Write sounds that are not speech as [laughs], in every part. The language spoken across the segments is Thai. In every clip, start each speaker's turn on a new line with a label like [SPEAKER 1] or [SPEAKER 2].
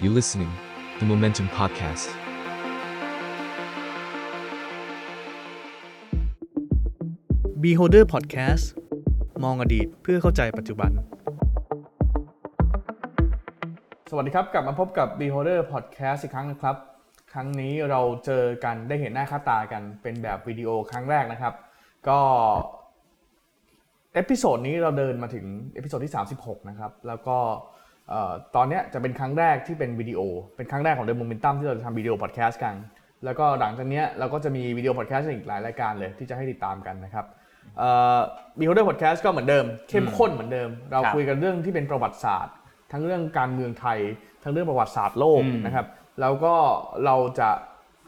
[SPEAKER 1] You listening, the Momentum Podcast.
[SPEAKER 2] บ e โฮเดอร์พอดแคสต์มองอดีตเพื่อเข้าใจปัจจุบัน
[SPEAKER 3] สวัสดีครับ กลับมาพบกับ Beholder Podcast อีกครั้งนะครับ ครั้งนี้เราเจอกันได้เห็นหน้าค่าตากันเป็นแบบวิดีโอครั้งแรกนะครับ ก็เอพิโซดนี้เราเดินมาถึงเอพิโซดที่ 36 นะครับ แล้วก็เอ่อตอนเนี้ยจะเป็นครั้งแรกที่เป็นวิดีโอ เป็นครั้งแรกของเด e m โมเมนตัมที่เราจะทำวิดีโอพอดแคสต์กัน แล้วก็หลังจากเนี้ยเราก็จะมีวิดีโอพอดแคสต์อีกหลายรายการเลยที่จะให้ติดตามกันนะครับบีโฮเดอร์พอดแคสต์ก็เหมือนเดิม เข้มข้นเหมือนเดิม เราคุยกันเรื่องที่เป็นประวัติศาสตร์ ทั้งเรื่องการเมืองไทย ทั้งเรื่องประวัติศาสตร์โลกนะครับ แล้วก็เราจะ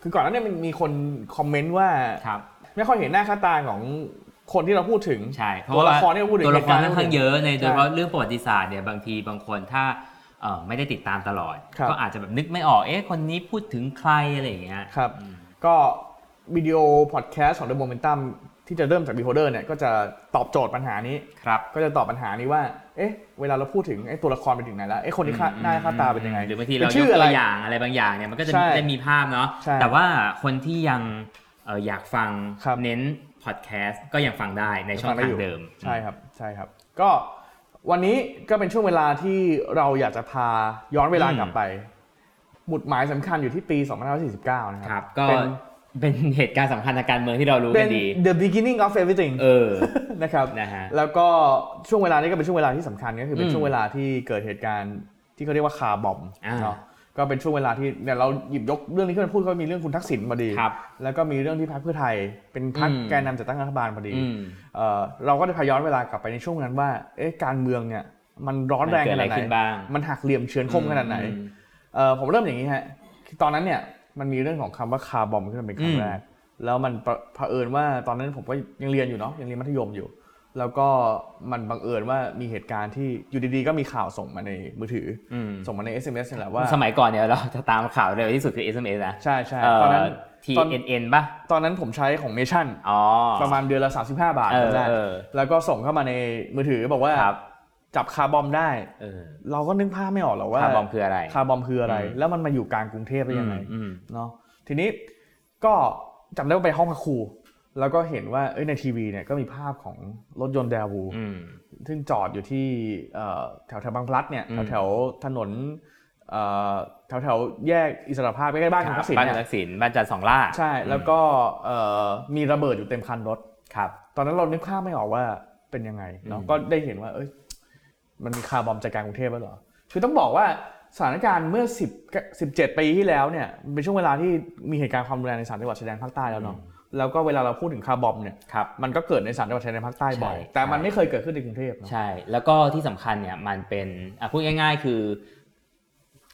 [SPEAKER 3] คือก่อนหน้าเนี้มันมีคนคอมเมนต์ว่า
[SPEAKER 4] ครับ
[SPEAKER 3] ไม่ค่อยเห็นหน้าค่าตาของคนที่เราพูดถึง
[SPEAKER 4] ใช่เพราะ
[SPEAKER 3] ตัว
[SPEAKER 4] ว่า
[SPEAKER 3] ละครที่เราพูดถึง
[SPEAKER 4] ตัวละคร
[SPEAKER 3] เหตุก
[SPEAKER 4] ค่อ
[SPEAKER 3] ณ์ที่
[SPEAKER 4] นข้างเย
[SPEAKER 3] ราพูดถึ
[SPEAKER 4] อะใน
[SPEAKER 3] ใช่
[SPEAKER 4] โดยเฉพาะเรื่องประวัติศาสตร์เนี่ยบางทีบางคนถ้าเอ่อไม่ได้ติดตามตลอด
[SPEAKER 3] ครับ
[SPEAKER 4] ก็อาจจะแบบนึกไม่ออกเอ๊ะคนนี้พูดถึงใครอะไรอย่างเงี้ย
[SPEAKER 3] ครับ ก็วิดีโอพอดแคสต์ของ The Momentum ที่จะเริ่มจาก Beholder เนี่ยก็จะตอบโจทย์ปัญหานี้
[SPEAKER 4] ครับ
[SPEAKER 3] ก็จะตอบปัญหานี้ว่า เอ๊ะ เวลาเราพูดถึงไอ้ตัวละครไปถึงไหนแล้วไอ้คนที่ค่าหน้าค่าตาเป็นยังไง
[SPEAKER 4] หรือบางที
[SPEAKER 3] ป็
[SPEAKER 4] เรา
[SPEAKER 3] น
[SPEAKER 4] ย
[SPEAKER 3] ชื่
[SPEAKER 4] ก
[SPEAKER 3] ออะ
[SPEAKER 4] ตั
[SPEAKER 3] ไร
[SPEAKER 4] วอย่างอะไรบางอย่างเนี่ยมันก็จะ
[SPEAKER 3] ใช่
[SPEAKER 4] ได้มีภาพเนาะ
[SPEAKER 3] ใช่
[SPEAKER 4] แต่ว่าคนที่ยังเอ่ออยากฟัง
[SPEAKER 3] ครับ
[SPEAKER 4] เน้นพอดแคสต์ก็ยังฟังได้ในช่อง
[SPEAKER 3] ฟั
[SPEAKER 4] ทา
[SPEAKER 3] ได้
[SPEAKER 4] ง
[SPEAKER 3] ยู่
[SPEAKER 4] เดิม
[SPEAKER 3] ใช่ครับใช่ครับ ก็วันนี้ก็เป็นช่วงเวลาที่เราอยากจะพาย้อนเวลากลับไป หมุดหมายสำคัญอยู่ที่ปี2549 นะค
[SPEAKER 4] ครั
[SPEAKER 3] รับ
[SPEAKER 4] ก็
[SPEAKER 3] เป็น
[SPEAKER 4] เป็นเหตุการณ์สำคัญทางการเมืองที่เรารู้
[SPEAKER 3] เป็
[SPEAKER 4] กัน
[SPEAKER 3] น
[SPEAKER 4] ดี
[SPEAKER 3] the beginning of everything
[SPEAKER 4] เออ
[SPEAKER 3] [laughs] นะครับ
[SPEAKER 4] นะฮะ
[SPEAKER 3] แล้วก็ช่วงเวลานี้ก็เป็นช่วงเวลาที่สำคัญก็คือเป็นช่วงเวลาที่เกิดเหตุการณ์ที่เขาเรียกว่าคาร์บอม
[SPEAKER 4] อ่า
[SPEAKER 3] เนาะก็เป็นช่วงเวลาที่เนี่ยเราหยิบยกเรื่องนี้ขึ้นมาพูดก็มีเรื่องคุณทักษิณพอดี
[SPEAKER 4] ครับ
[SPEAKER 3] แล้วก็มีเรื่องที่พรรคเพื่อไทย เป็นพรรค
[SPEAKER 4] อืม
[SPEAKER 3] แกนนำจัดตั้งรัฐบาลพอดี
[SPEAKER 4] อืม
[SPEAKER 3] เอ่อเราก็จะพาย้อนเวลากลับไปในช่วงนั้นว่าเอ๊ะการเมืองเนี่ยมันร้อนแรง
[SPEAKER 4] เกิ
[SPEAKER 3] ข
[SPEAKER 4] ดอะไร
[SPEAKER 3] นาดไหน
[SPEAKER 4] ขึ้นบ้าง
[SPEAKER 3] มันหักเหลี่ยมเฉือนคมขนาดไหน
[SPEAKER 4] อืม
[SPEAKER 3] เอ่อผมเริ่มอย่างนี้ฮะคือตอนนั้นเนี่ยมันมีเรื่องของคำว่าคาร์บอมขึ้นมาเป็นครั้
[SPEAKER 4] อื
[SPEAKER 3] ง
[SPEAKER 4] ม
[SPEAKER 3] แรก แล้วมันประเผอิญว่าตอนนั้นผมก็ยังเรียนอยู่เนาะยังเรียนมัธยมอยู่ แล้วก็มันบังเอิญว่ามีเหตุการณ์ที่อยู่ดีๆ ก็มีข่าวส่งมาในมือถืออ
[SPEAKER 4] อืม
[SPEAKER 3] ส่งมาใน SMS นี่แหละว่า
[SPEAKER 4] สมัยก่อนเนี่ยเราจะตามข่าวเร็วที่สุดคือ SMS นะ
[SPEAKER 3] ใช่ใช่
[SPEAKER 4] เอ่อ
[SPEAKER 3] ตอนนั้นตอน
[SPEAKER 4] TNN ป่ะ
[SPEAKER 3] ตอนนั้นผมใช้ของเนชั่น
[SPEAKER 4] อ๋อ
[SPEAKER 3] ประมาณเดือนละ 35 บาท
[SPEAKER 4] เออ
[SPEAKER 3] จำได้
[SPEAKER 4] เออ
[SPEAKER 3] แล้วก็ส่งเข้ามาในมือถือบอกว่า
[SPEAKER 4] ครับ
[SPEAKER 3] จับคาร์บอมได้
[SPEAKER 4] เออ
[SPEAKER 3] เราก็นึกภาพไม่ออกหรอกว่า
[SPEAKER 4] คาร์บอมคืออะไร
[SPEAKER 3] คาร์บอมคืออะไร แล้วมันมาอยู่กลางกรุงเทพได้ยังไง
[SPEAKER 4] อืม
[SPEAKER 3] เนาะทีนี้ก็จำได้ว่าไปห้องพระครู แล้วก็เห็นว่าเอ้ยในทีวีเนี่ยก็มีภาพของรถยนต์แดวู
[SPEAKER 4] อืม
[SPEAKER 3] ซึ่งจอดอยู่ที่เอ่อแถวแถวบางพลัดเนี่ย
[SPEAKER 4] อื
[SPEAKER 3] แถ
[SPEAKER 4] ม
[SPEAKER 3] วแถวถนนเอ่อแถวแถวแยกอิสรภาพใกล้ๆบ้านคุณทักษิณ
[SPEAKER 4] บ้าน
[SPEAKER 3] เนี่ย
[SPEAKER 4] ทักษิณบ้านจันทร์สองล่า
[SPEAKER 3] ใช่แล้วก็เอ่อมีระเบิดอยู่เต็มคันรถ
[SPEAKER 4] ครับ
[SPEAKER 3] ตอนนั้นเรานึกภาพไม่ออกว่าเป็นยังไงเนาะ
[SPEAKER 4] อืม
[SPEAKER 3] ก็ได้เห็นว่าเอ้ยมันมีคาร์บอมจากกลางกรุงเทพแล้วเหรอคือต้องบอกว่าสถานการณ์เมื่อ10 17 ปีที่แล้วเนี่ยมันเป็นช่วงเวลาที่มีเหตุการณ์ความรุนแรงในสามจังหวัดชายแดนภาคใต้แล้วเนาะแล้วก็เวลาเราพูดถึงคาร์บอมเนี่ย
[SPEAKER 4] ครับ
[SPEAKER 3] มันก็เกิดในสามจังหวัดชายแดนภาคใต้บ่อย
[SPEAKER 4] ใช่
[SPEAKER 3] แต่มันไม่เคยเกิดขึ้นในกรุงเทพเนอะ
[SPEAKER 4] ใช่ แล้วก็ที่สำคัญเนี่ยมันเป็นอ่ะพูดง่ายๆคือ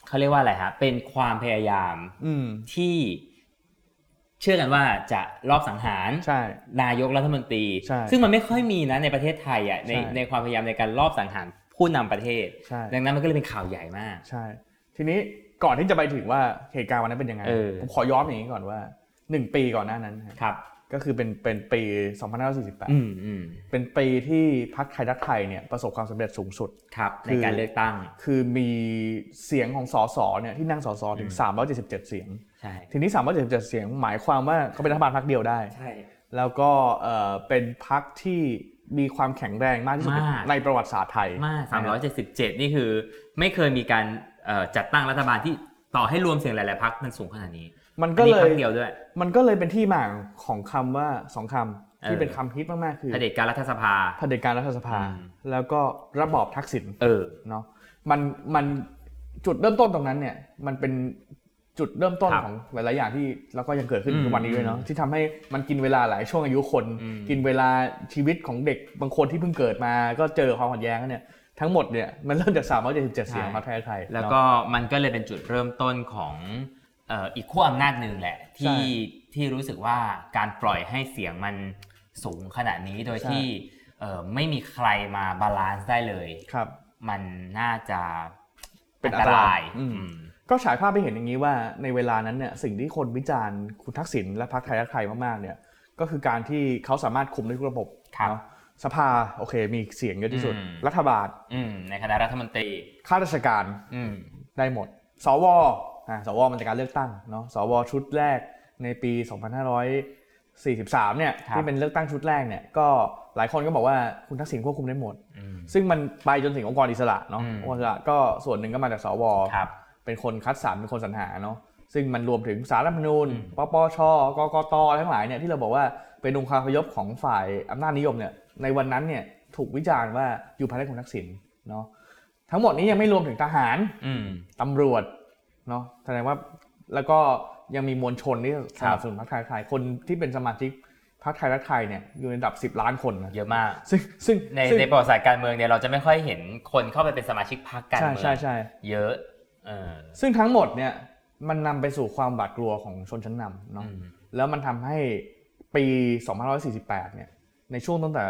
[SPEAKER 4] เขาเรียกว่าอะไรฮะ เป็นความพยายาม
[SPEAKER 3] อืม
[SPEAKER 4] ที่ เชื่อกันว่าจะรอบสังหาร
[SPEAKER 3] ใช่
[SPEAKER 4] นายกรัฐมนตรี
[SPEAKER 3] ใช่
[SPEAKER 4] ซึ่งมันไม่ค่อยมีนะในประเทศไทยอ่ะใน
[SPEAKER 3] ใช่
[SPEAKER 4] ในความพยายามในการรอบสังหารผู้นำประเทศ
[SPEAKER 3] ใช่
[SPEAKER 4] ดังนั้นมันก็เลยเป็นข่าวใหญ่มาก
[SPEAKER 3] ใช่ ทีนี้ก่อนที่จะไปถึงว่าเหตุการณ์วันนั้นเป็นยังไง
[SPEAKER 4] เออ
[SPEAKER 3] ผมขอย้อนอย่างนี้ก่อนว่าหนึ่งปีก่อนหน้านั้นนะ
[SPEAKER 4] ครับ
[SPEAKER 3] ก็คือเป็นเป็นปี2548
[SPEAKER 4] อืมอืม
[SPEAKER 3] เป็นปีที่พรรคไทยรักไทยเนี่ยประสบความสำเร็จสูงสุด
[SPEAKER 4] ครับ
[SPEAKER 3] คือ
[SPEAKER 4] ในการเลือกตั้ง
[SPEAKER 3] คือมีเสียงของสสเนี่ยที่นั่งสสถึง 377 เสียง
[SPEAKER 4] ใช่
[SPEAKER 3] ทีนี้ 377 เสียงหมายความว่าเขาเป็นรัฐบาลพรรคเดียวได้
[SPEAKER 4] ใช่
[SPEAKER 3] แล้วก็เอ่อเป็นพรรคที่มีความแข็งแรงมากที่สุด
[SPEAKER 4] มาก
[SPEAKER 3] ในประวัติศาสตร์ไทย
[SPEAKER 4] มาก
[SPEAKER 3] นะคบ
[SPEAKER 4] 377 นี่คือไม่เคยมีการเอ่อจัดตั้งรัฐบาลที่ต่อให้รวมเสียงหลาย ๆ พักมันสูงขนาดนี้
[SPEAKER 3] มันก็เล
[SPEAKER 4] อันนี้
[SPEAKER 3] ย
[SPEAKER 4] พรรคเดียวด้วย
[SPEAKER 3] มันก็เลยเป็นที่มาของคำว่าสองคำที่
[SPEAKER 4] เออ
[SPEAKER 3] เป็นคำฮิตมาก ๆ คือ
[SPEAKER 4] เผด็จการรัฐสภา
[SPEAKER 3] เผด็จการรัฐสภา
[SPEAKER 4] อืม
[SPEAKER 3] แล้วก็ระบอบทักษิณ
[SPEAKER 4] เออ
[SPEAKER 3] เนาะมันมันจุดเริ่มต้นตรงนั้นเนี่ยมันเป็นจุดเริ่มต้น
[SPEAKER 4] ครับ
[SPEAKER 3] ของหลายๆอย่างที่แล้วก็ยังเกิดขึ้น
[SPEAKER 4] อืม
[SPEAKER 3] ทุกวันนี้ด้วยเนาะที่ทำให้มันกินเวลาหลายช่วงอายุคน
[SPEAKER 4] อืม
[SPEAKER 3] กินเวลาชีวิตของเด็กบางคนที่เพิ่งเกิดมา ก็เจอความขัดแย้งเนี่ยทั้งหมดเนี่ยมันเริ่มจาก 377 เสียงมาไทยไทย
[SPEAKER 4] แล้ว
[SPEAKER 3] เนาะ
[SPEAKER 4] ก็มันก็เลยเป็นจุดเริ่มต้นของเอ่ออีกขั้วอำนาจหนึ่งแหละ ที่ที่รู้สึกว่าการปล่อยให้เสียงมันสูงขนาดนี้โดย
[SPEAKER 3] ใช่
[SPEAKER 4] ที่เอ่อไม่มีใครมาบาลานซ์ได้เลย
[SPEAKER 3] ครับ
[SPEAKER 4] มันน่าจะ
[SPEAKER 3] เป็น
[SPEAKER 4] อันตรา
[SPEAKER 3] อันตราย ยอืม
[SPEAKER 4] อืม
[SPEAKER 3] ก็ฉายภาพไปเห็นอย่างนี้ว่าในเวลานั้นเนี่ยสิ่งที่คนวิจารณ์คุณทักษิณและพรรคไทยรักไทยมากๆเนี่ยก็คือการที่เขาสามารถคุมได้ทุกระบบ
[SPEAKER 4] ครับ
[SPEAKER 3] เนาะสภาโอเค มีเสียงเยอะที่สุด
[SPEAKER 4] อืม
[SPEAKER 3] รัฐบาล
[SPEAKER 4] อืมในคณะรัฐมนตรี
[SPEAKER 3] ข้าราชการ
[SPEAKER 4] อืม
[SPEAKER 3] ได้หมด สวอ่าสวมันจากการเลือกตั้งเนาะสวชุดแรกในปี 2543 เนี่ย
[SPEAKER 4] ครับ
[SPEAKER 3] ที่เป็นเลือกตั้งชุดแรกเนี่ยก็หลายคนก็บอกว่าคุณทักษิณควบคุมได้หมด
[SPEAKER 4] อืม
[SPEAKER 3] ซึ่งมันไปจนถึงองค์กรอิสระเนาะ
[SPEAKER 4] อืม
[SPEAKER 3] องค์กรอิสระก็ส่วนหนึ่งก็มาจากสว
[SPEAKER 4] ครับ
[SPEAKER 3] เป็นคนคัดสรรเป็นคนสรรหาเนาะซึ่งมันรวมถึงสารรัฐธรรมนูญ
[SPEAKER 4] อืม
[SPEAKER 3] ปปชกกตทั้งหลายเนี่ยที่เราบอกว่าเป็นองค์คาพยพของฝ่ายอำนาจนิยมเนี่ยในวันนั้นเนี่ยถูกวิจารณ์ว่าอยู่ภายใต้คุณทักษิณเนาะทั้งหมดนี้ยังไม่รวมถึงทหาร
[SPEAKER 4] อืม
[SPEAKER 3] ตำรวจเนาะแสดงว่าแล้วก็ยังมีมวลชนที่สนับสนุนพรรคไทยรักไทยคนที่เป็นสมาชิกพรรคไทยรักไทยเนี่ยอยู่ในระดับ 10 ล้านคนนะ
[SPEAKER 4] เยอะมาก
[SPEAKER 3] ซึ่งซึ่ง
[SPEAKER 4] ใน
[SPEAKER 3] ซึ่ง
[SPEAKER 4] ในประวัติศาสตร์การเมืองเนี่ยเราจะไม่ค่อยเห็นคนเข้าไปเป็นสมาชิกพรรคการ
[SPEAKER 3] ใช่
[SPEAKER 4] เมือง
[SPEAKER 3] ใช่ใช่
[SPEAKER 4] เยอะเออ
[SPEAKER 3] ซึ่งทั้งหมดเนี่ยมันนำไปสู่ความบาดกลัวของชนชั้นนำ
[SPEAKER 4] อื
[SPEAKER 3] เนาะ
[SPEAKER 4] ม
[SPEAKER 3] แล้วมันทำให้ปี 2548 เนี่ยในช่วงตั้งแต่